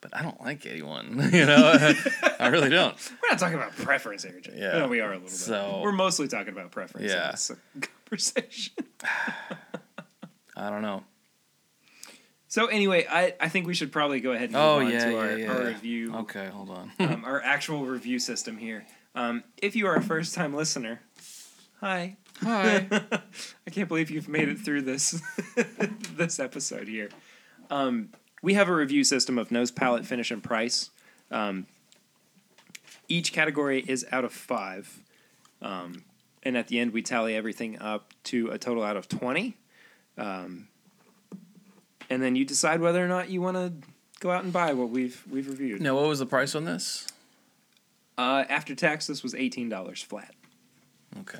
But I don't like 81. You know, I really don't. We're not talking about preference here. Jay. Yeah. no, we are a little bit. So- We're mostly talking about preference. in Yeah. this conversation. I don't know. So anyway, I, I think we should probably go ahead and move Oh on yeah, to yeah, our, yeah. our yeah. review, Okay, hold on. um, our actual review system here. Um, if you are a first time listener, hi. Hi. I can't believe you've made it through this this episode here. Um, we have a review system of nose, palette, finish, and price. Um, each category is out of five, um, and at the end we tally everything up to a total out of twenty. Um, and then you decide whether or not you want to go out and buy what we've we've reviewed. now, what was the price on this? Uh, after tax, this was eighteen dollars flat. Okay.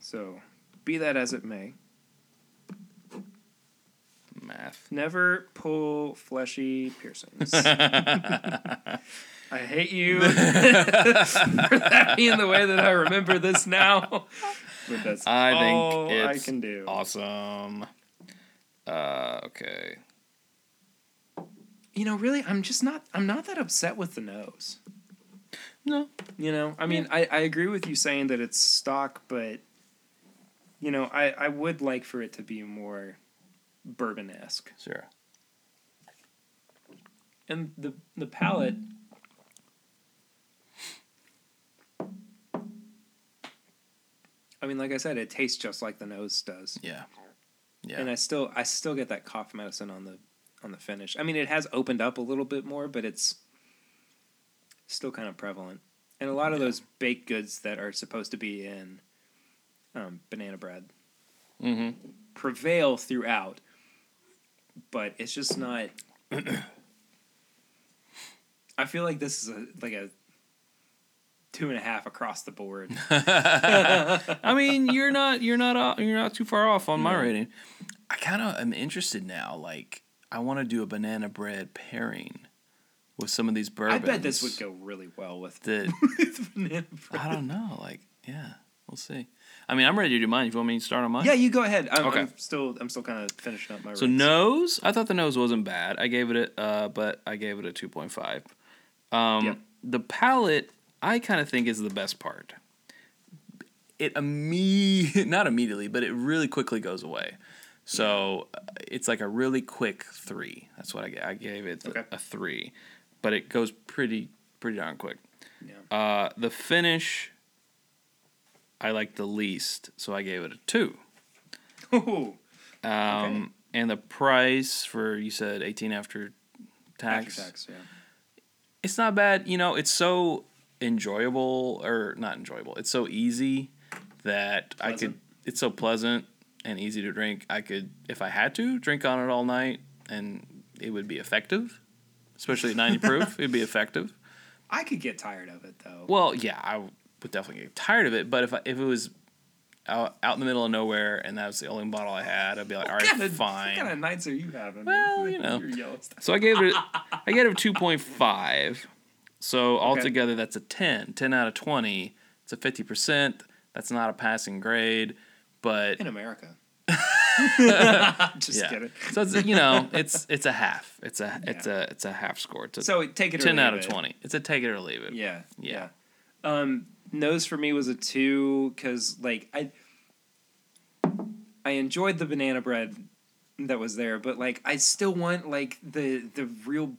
So, be that as it may. Math. Never pull fleshy piercings. I hate you for that being the way that I remember this now. But that's I think all I it's can do. Awesome. Uh, okay. You know, really, I'm just not. I'm not that upset with the nose. No. You know, I mean, I, I agree with you saying that it's stock, but you know, I I would like for it to be more bourbon esque. Sure. and the the palette I mean like I said it tastes just like the nose does Yeah. Yeah. and I still I still get that cough medicine on the on the finish I mean it has opened up a little bit more but it's still kind of prevalent and a lot of those baked goods that are supposed to be in um, banana bread mm-hmm. prevail throughout, but it's just not. I feel like this is a like a two and a half across the board. I mean, you're not you're not off, you're not too far off on my rating. I kind of am interested now. Like, I want to do a banana bread pairing with some of these I bourbons. bet this would go really well with That with banana bread. I don't know. Like, yeah, we'll see. I mean, I'm ready to do mine. If you want me to start on mine, Yeah, you go ahead. I'm, Okay. I'm still I'm still kind of finishing up my. So rants. nose, I thought the nose wasn't bad. I gave it a, uh, but I gave it a two point five. Um, Yep. The palette, I kind of think is the best part. It imme- not immediately, but it really quickly goes away. So uh, it's like a really quick three. That's what I gave. I gave it Okay. a three, but it goes pretty pretty darn quick. Yeah. Uh, the finish, I like the least, so I gave it a two. Ooh, Um, And the price for you said eighteen after tax. after tax, yeah. It's not bad. You know, it's so enjoyable or not enjoyable. It's so easy that I could. Pleasant. It's so pleasant and easy to drink. I could, if I had to, drink on it all night, and it would be effective. Especially at ninety proof, it'd be effective. I could get tired of it though. Well, yeah, I would definitely get tired of it. But if I, if it was out, out in the middle of nowhere and that was the only bottle I had, I'd be like, all right, What kind of- fine. What kind of nights are you having? Well, you know. Your Yellowstone. So I gave it I gave it a 2.5. So altogether that's a 10. 10 out of 20. It's a 50%. That's not a passing grade, but in America. Just yeah. kidding. So it's you know, it's it's a half. It's a it's a it's a half score. It's a So take it. or 10 out leave of it. 20. It's a take it or leave it. Yeah. Yeah. Um, nose for me was a two because like I I enjoyed the banana bread that was there, but like I still want like the the real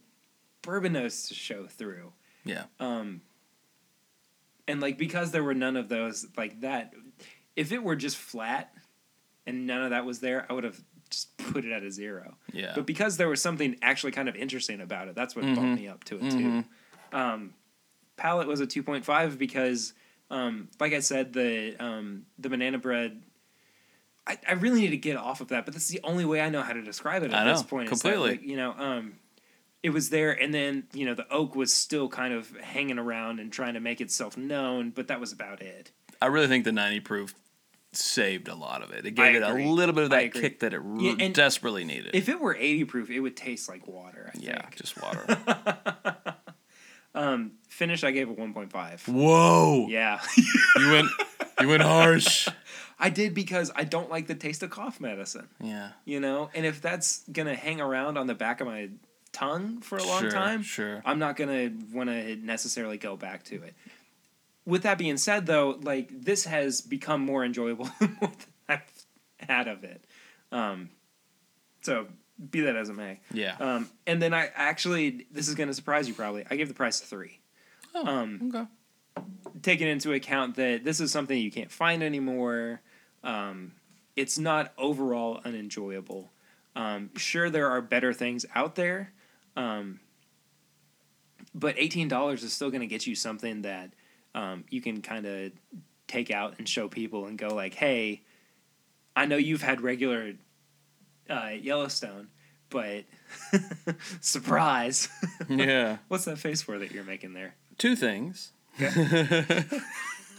bourbon nose to show through. Yeah. Um and like because there were none of those, like that if it were just flat and none of that was there, I would have just put it at a zero. Yeah. But because there was something actually kind of interesting about it, that's what Mm-hmm. bumped me up to it too. Um, palette was a two point five because, um, like I said, the um, the banana bread. I, I really need to get off of that, but this is the only way I know how to describe it at I know, this point. is that, completely. like, you know, um, it was there, and then you know the oak was still kind of hanging around and trying to make itself known, but that was about it. I really think the 90 proof saved a lot of it. It I gave it a agree. little bit of I that agree. kick that it re- Yeah, and- desperately needed. If it were eighty proof, it would taste like water. I yeah, think. just water. Finish, I gave it one point Mm. five. Whoa. Yeah. You went you went harsh. I did because I don't like the taste of cough medicine, Yeah. you know? And if that's going to hang around on the back of my tongue for a long Sure, time, Uh, sure. I'm not going to want to necessarily go back to it. With that being said, though, like this has become more enjoyable the more out of it. Um, so be that as it may. Yeah. Um, and then I actually, this is going to surprise you probably. I gave the price a three, oh, um, okay. taking into account that this is something you can't find anymore. Um, it's not overall unenjoyable. Um, sure, there are better things out there, um, but eighteen dollars is still going to get you something that um, you can kind of take out and show people and go like, "Hey, I know you've had regular uh, Yellowstone, but surprise." Yeah. What's that face for that you're making there? Two things.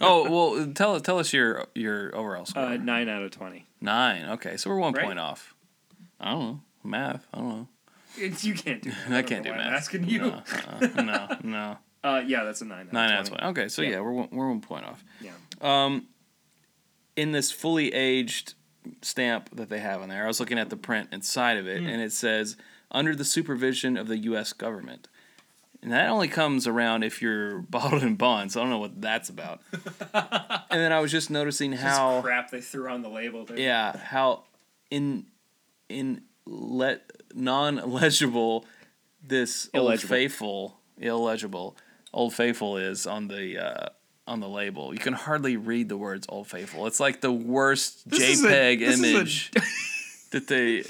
oh well, tell tell us your your overall score. Uh, nine out of twenty. Nine. Okay, so we're one Right? point off. I don't know math. I don't know. It's, you can't do that. I, don't can't know do why math. I'm asking you. No, uh-uh, no, no. Uh, yeah, that's a nine. Nine out out of twenty. Okay, so yeah, Yeah. we're one, we're one point off. Yeah. Um, in this fully aged stamp that they have on there, I was looking at the print inside of it, and it says under the supervision of the U.S. government. And that only comes around if you're bottled in bonds. I don't know what that's about. and then I was just noticing how Just crap they threw on the label. There. yeah how in in let non-legible this old Illegible. faithful illegible old faithful is on the uh on the label you can hardly read the words old faithful it's like the worst This is a- jpeg this is a- image that they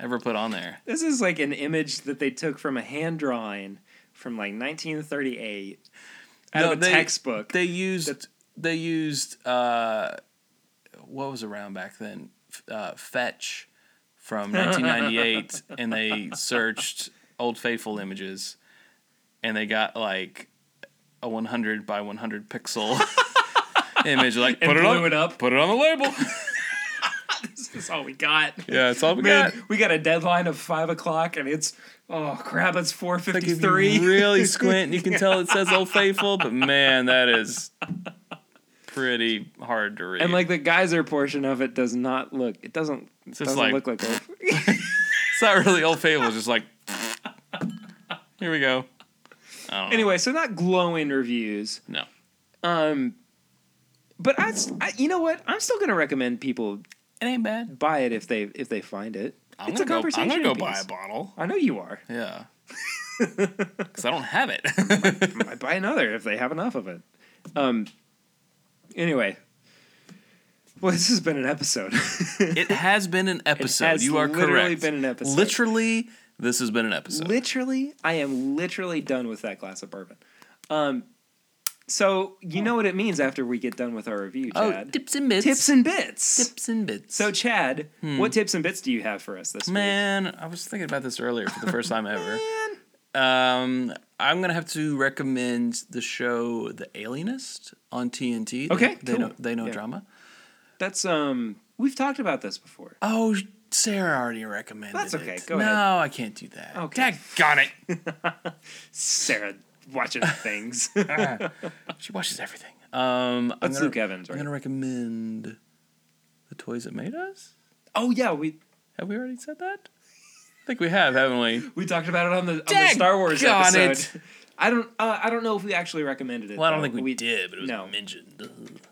ever put on there This is like an image that they took from a hand drawing from like 1938 out No, of a they- textbook. they used That's- they used uh what was around back then F- uh, fetch from 1998 and they searched old faithful images and they got like a 100 by 100 pixel image like And put it, blew on, it up. put it on the label That's all we got. yeah it's all we We got, we got a deadline of five o'clock, and it's oh crap! It's four Like if fifty-three. you really squint, you can tell it says Old Faithful, but man, that is pretty hard to read. and like the geyser portion of it does not look. It doesn't. It just doesn't like- look like. a- It's not really old fable, it's just like here we go. I don't know. anyway, so not glowing reviews. No. Um, but I, s- I- you know what? I'm still gonna recommend people It ain't bad. buy it if they if they find it. I'm it's a gonna go, conversation. I'm gonna go buy piece. a bottle. I know you are. Yeah. Cause I don't have it. I buy another if they have enough of it. Um. Anyway. Well, this has been an episode. it has been an episode. has you are literally correct. been an episode. Literally, this has been an episode. literally, I am literally done with that glass of bourbon. Um. So you know what it means after we get done with our review, oh, Chad. tips and bits. tips and bits. Tips and bits. So, Chad, what tips and bits do you have for us this week? man, I was thinking about this earlier for the first time ever. Um, I'm gonna have to recommend the show The Alienist on TNT. They- Okay, they cool. know they know Yeah. drama. That's um, we've talked about this before. Oh, Sarah already recommended. That's okay, it. go no, ahead. I can't do that. Okay. got it. Sarah watching things. she watches everything. Um, I'm That's gonna, Luke Evans, I'm right? gonna recommend the toys that made us. oh yeah, we Have we already said that? I think we have, haven't we? we talked about it on the, on the Dag Star Wars gone episode. it. I don't uh, I don't know if we actually recommended it. Well, I don't though. think we, did, but it was no. mentioned.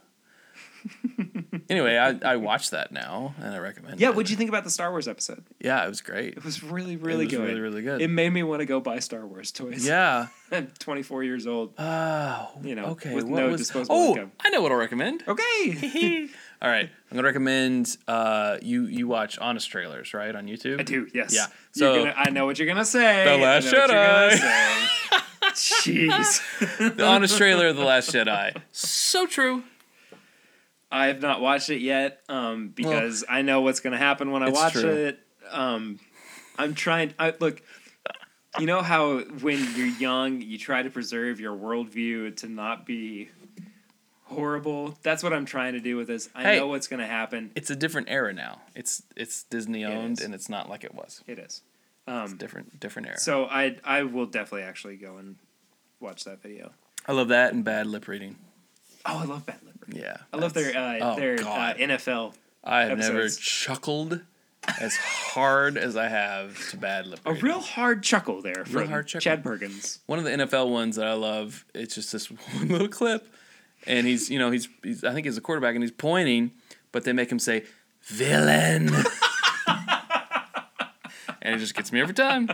Ugh. anyway, I, I watched that now and I recommend. Yeah, it. what'd you think about the Star Wars episode? Yeah, it was great. It was really really was good. really, really good. It made me want to go buy Star Wars toys. Yeah. I'm 24 years old. Oh. You know, Okay. with what no was? disposable oh, income. I know what I'll recommend. Okay. All right, I'm gonna recommend uh, you you watch Honest Trailers right on YouTube. I do. Yes. Yeah. You're So- gonna, I know what you're gonna say. The Last I know what you're gonna say. Jeez. The Honest Trailer of the Last Jedi. So true. I have not watched it yet um, because I know what's going to happen when I It's watch true. it. Um, I'm trying. I, look, you know how when you're young, you try to preserve your worldview to not be horrible. That's what I'm trying to do with this. I Hey. know what's going to happen. It's a different era now. It's it's Disney owned is. and it's not like it was. It is. It's Um, different different era. so I I will definitely actually go and watch that video. I love that and bad lip reading. Oh, I love Bad Liver. Yeah. I love their uh, oh, their uh, God. NFL. I have never episodes. chuckled as hard as I have to bad lip A reading. real hard chuckle there from hard chuckle. Chad Perkins. one of the NFL ones that I love. It's just this one little clip, and he's you know he's, he's I think he's a quarterback and he's pointing, but they make him say villain. and it just gets me every time.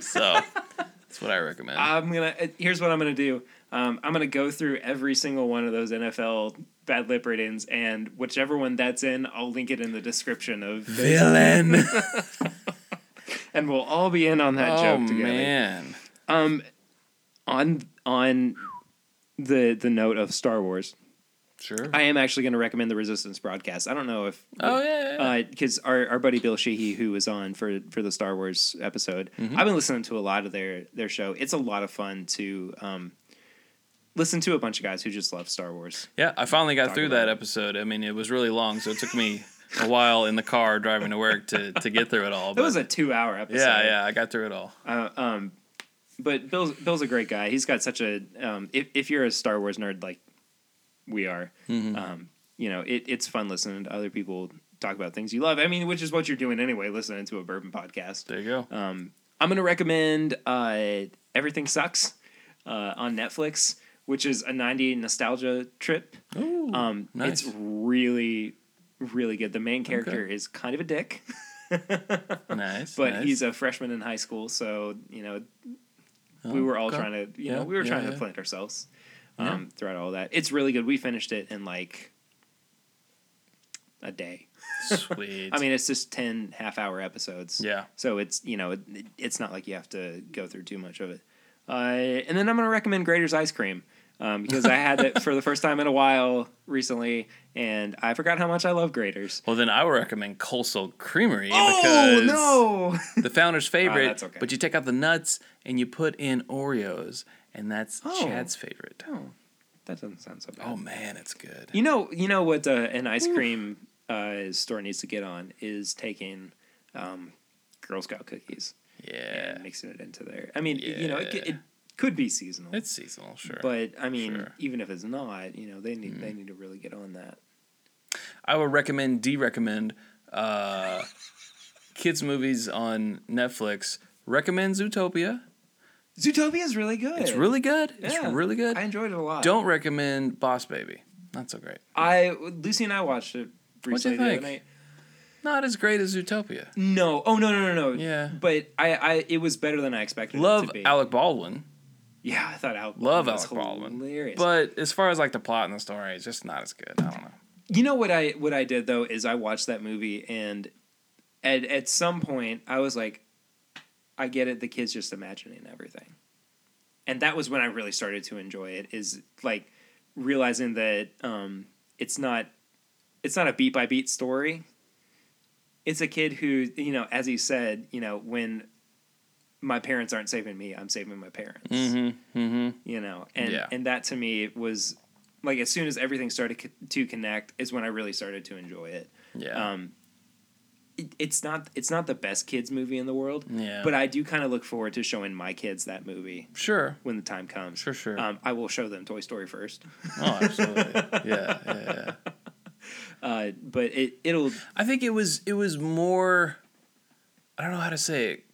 So that's what I recommend. I'm gonna. uh, Here's what I'm gonna do. Um, I'm gonna go through every single one of those NFL bad lip ratings, and whichever one that's in, I'll link it in the description of, this, villain. and we'll all be in on that oh joke together. man. Um, on on the the note of Star Wars, Sure. I am actually gonna recommend the Resistance broadcast. I don't know if oh yeah. yeah. because our, our buddy Bill Sheehy, who was on for for the Star Wars episode, Mm-hmm. I've been listening to a lot of their their show. It's a lot of fun to um, listen to a bunch of guys who just love Star Wars. Yeah, I finally got Talk through about that it. episode. I mean, it was really long, so it took me a while in the car driving to work to, to get through it all. It But was a two hour episode. yeah, yeah, I got through it all. Uh, um, but Bill's Bill's a great guy. He's got such a um, if if you're a Star Wars nerd like we are, Mm-hmm. um, you know it, it's fun listening to other people talk about things you love. I mean, which is what you're doing anyway, listening to a bourbon podcast. There you go. Um, I'm going to recommend uh, Everything Sucks uh, on Netflix, which is a 90 nostalgia trip. Ooh, Um, nice. It's really, really good. The main character is kind of a dick, nice. but nice. he's a freshman in high school. So, you know, we were all Oh, okay. trying to, you Yeah, know, we were yeah, trying yeah. to plant ourselves um, throughout all that. It's really good. We finished it in like a day. sweet. I mean, it's just 10 half hour episodes. yeah. So it's you know it, it's not like you have to go through too much of it. Uh, and then I'm gonna recommend Grater's ice cream um, because I had it for the first time in a while recently, and I forgot how much I love Grater's. Well, then I would recommend Coastal Creamery because the founder's favorite. Oh, Ah, that's okay. But you take out the nuts and you put in Oreos, and that's Oh. Chad's favorite. no! Oh, that doesn't sound so bad. Oh man, it's good. You know, you know what uh, an ice cream uh, store needs to get on is taking um, Girl Scout cookies Yeah, and mixing it into there. I mean, you know, it, c- it could be seasonal. it's seasonal, sure. But I mean, Sure. Mm. even if it's not, you know, they need they need to really get on that. I would recommend, de-recommend, uh, kids movies on Netflix. Recommend Zootopia. Zootopia is really good. It's really good. It's Yeah. really good. I enjoyed it a lot. Don't recommend Boss Baby. Not so great. I Lucy and I watched it recently the other think? night. Not as great as Zootopia. No, oh no no no no. Yeah. but I I it was better than I expected. it Love to be. Alec Baldwin, Yeah, I thought Alec. Love was Alec Baldwin. Hilarious. but as far as like the plot and the story, it's just not as good. I don't know. you know what I what I did though is I watched that movie and at at some point I was like, I get it. The kid's just imagining everything, and that was when I really started to enjoy it. Is like realizing that um, it's not it's not a beat by beat story. It's a kid who you know, as he said, you know, when my parents aren't saving me, I'm saving my parents Mm-hmm. Mm-hmm. you know and Yeah. and that to me was like as soon as everything started co- to connect is when i really started to enjoy it Yeah. um it, it's not it's not the best kids movie in the world Yeah. but i do kind of look forward to showing my kids that movie sure. when the time comes Sure, sure. um, i will show them toy story first Oh, absolutely. yeah, yeah, yeah. uh, but it it'll I think it was it was more I don't know how to say it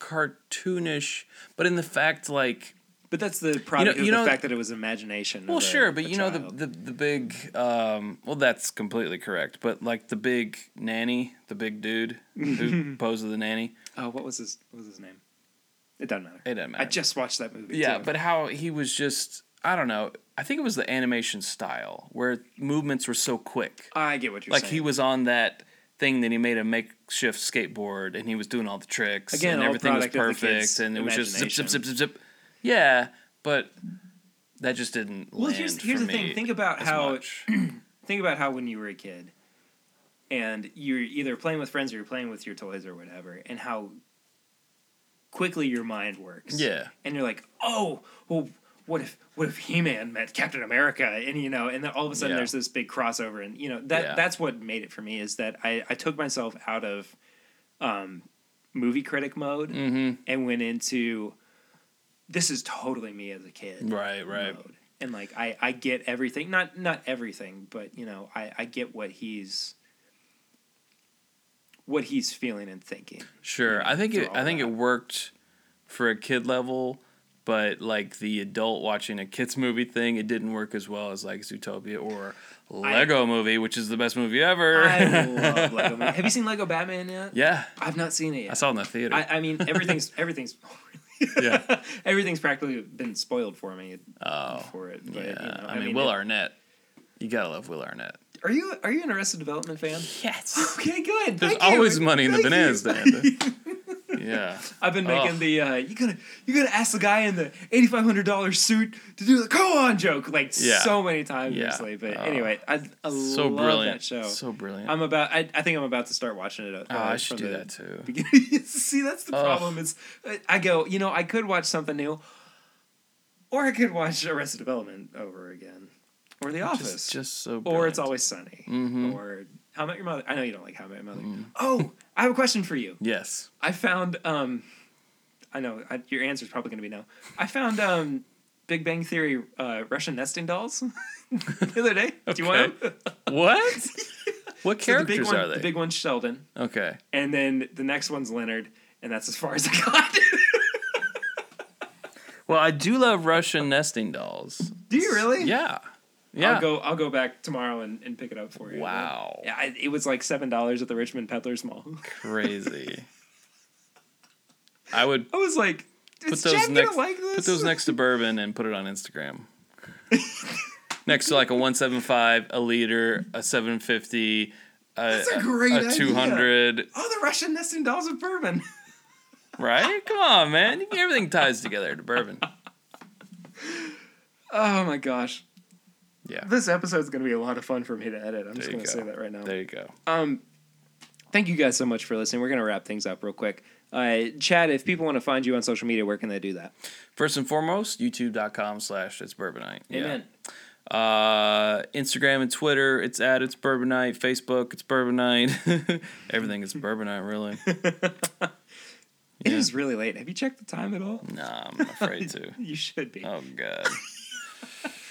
cartoonish, but in the fact like but that's the product you of know- the fact that it was imagination well of a- sure, but a you know child. the, the the big um well that's completely correct, but like the big nanny, the big dude who poses the nanny. oh what was his what was his name it doesn't matter It doesn't i matter. just watched that movie yeah, too. but how he was just I don't know. I think it was the animation style where movements were so quick. i get what you're Like saying he was on that thing that he made a makeshift skateboard and he was doing all the tricks Again, and all everything was product of the perfect kid's and it was just zip zip imagination. zip zip zip. Yeah, but that just didn't Well, land here's- here's for the thing. me Think about as how- much. think about how when you were a kid and you're either playing with friends or you're playing with your toys or whatever and how quickly your mind works Yeah. and you're like oh well what if what if he-man met captain america and you know and then all of a sudden Yeah. there's this big crossover and you know that Yeah. that's what made it for me is that i i took myself out of um movie critic mode Mm. Mm-hmm. and went into this is totally me as a kid Right, right. mode. And like I, I get everything. Not not everything, but you know, I, I get what he's what he's feeling and thinking. Sure. I think through it all I think that. it worked for a kid level, but like the adult watching a kids movie thing, it didn't work as well as like Zootopia or Lego Movie, which is the best movie ever. I love Lego. Man. Have you seen Lego Batman yet? yeah, I've not seen it I yet. saw it in the theater. I, I mean, everything's everything's yeah. everything's practically been spoiled for me Oh. for it. But, Yeah. you know, I, mean, Will Arnett. You gotta love Will Arnett. Are you are you an Arrested Development fan? Yes. Okay, good. There's Thank you. always money in the Thank you. banana stand. yeah. I've been Oh. making the uh, you gotta you gotta ask the guy in the eighty five hundred dollar suit to do the come on joke like Yeah. so many times Yeah. recently. But Oh. anyway, I, I So love brilliant. that show. So brilliant. I'm about. I, I think I'm about to start watching it. Uh, oh, I should from do the that too. beginning. See, that's the Ugh. problem. Is I- I go, you know, I could watch something new, or I could watch Arrested Development over again, or The Office, Just, just so. Brilliant. or It's Always Sunny, Mhm. or How About Your Mother. I know you don't like How About Your Mother. Mm-hmm. Oh, I have a question for you. Yes. I found. um I know I, your answer is probably going to be no. I found um Big Bang Theory uh, Russian nesting dolls the other day. Do you want Okay. them? What? what So the characters big one, are they? The big one's Sheldon. okay. And then the next one's Leonard, and that's as far as I got. Well, I do love Russian nesting dolls. Do you really? Yeah. Yeah. I'll go. I'll go back tomorrow and, and pick it up for you. Wow. Yeah, I, it was like seven dollars at the Richmond Peddlers Mall. Crazy. I would I was like, put is those Jack next gonna like this? put those next to bourbon and put it on Instagram. next to like a 175, a liter, a 750, a, That's a great idea. 200, Oh, the Russian nesting dolls of bourbon. right? Come on, man. Everything ties together to bourbon. Oh my gosh, Yeah. this episode's gonna be a lot of fun for me to edit. I'm just you gonna go. say that right now. There you go. Um, thank you guys so much for listening. We're gonna wrap things up real quick. Uh, Chad, if people want to find you on social media, where can they do that? First and foremost, youtube.com slash it's bourbonite. Yeah. Amen. Uh, Instagram and Twitter, it's at it's bourbonite. Facebook, it's bourbonite. Everything is bourbonite, really. It Yeah. is really late. Have you checked the time at all? Nah, I'm afraid to. You should be. Oh god.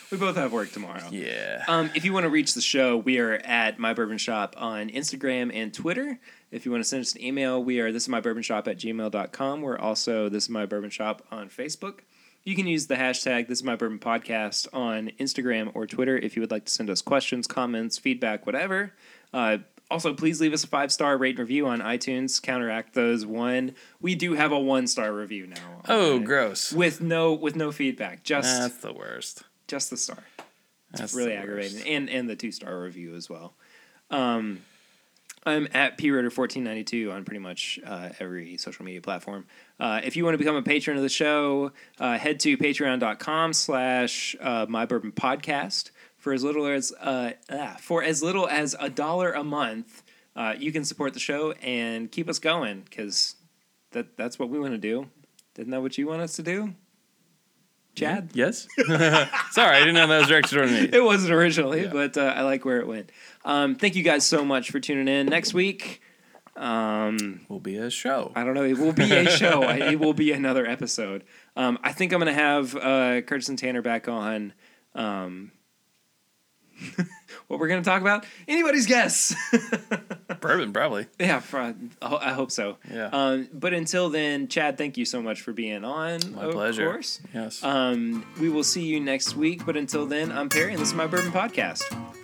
We both have work tomorrow. Yeah. Um, if you want to reach the show, we are at My Bourbon Shop on Instagram and Twitter. If you want to send us an email, we are this is my bourbon shop at gmail.com. We're also this is my bourbon shop on Facebook. You can use the hashtag this is my bourbon podcast on Instagram or Twitter if you would like to send us questions, comments, feedback, whatever. Uh, also, please leave us a five star rate and review on iTunes. Counteract those one. We do have a one star review now. oh, on it. gross. with no with no feedback, just That's the worst. just the star. That's It's really the worst. aggravating. And and the two star review as well. Um, I'm at pritter 1492 on pretty much uh, every social media platform. Uh, if you want to become a patron of the show, uh, head to patreon.com slash uh, my bourbon podcast. For as little as uh, ah, for as little as a dollar a month, uh, you can support the show and keep us going because that that's what we want to do. Isn't that what you want us to do, Chad? Yes. Sorry, I didn't know that was directed toward me. it wasn't originally, Yeah. but uh, I like where it went. Um, thank you guys so much for tuning in. Next week, um, Will be a show. I don't know. It will be a show. I, it will be another episode. Um, I think I'm going to have uh, Curtis and Tanner back on. Um, what we're going to talk about? Anybody's guess. Bourbon, probably. yeah, for- I ho- I hope so. Yeah. Um, but until then, Chad, thank you so much for being on. My of pleasure. course. Yes. Um, we will see you next week. But until then, I'm Perry, and this is my Bourbon Podcast.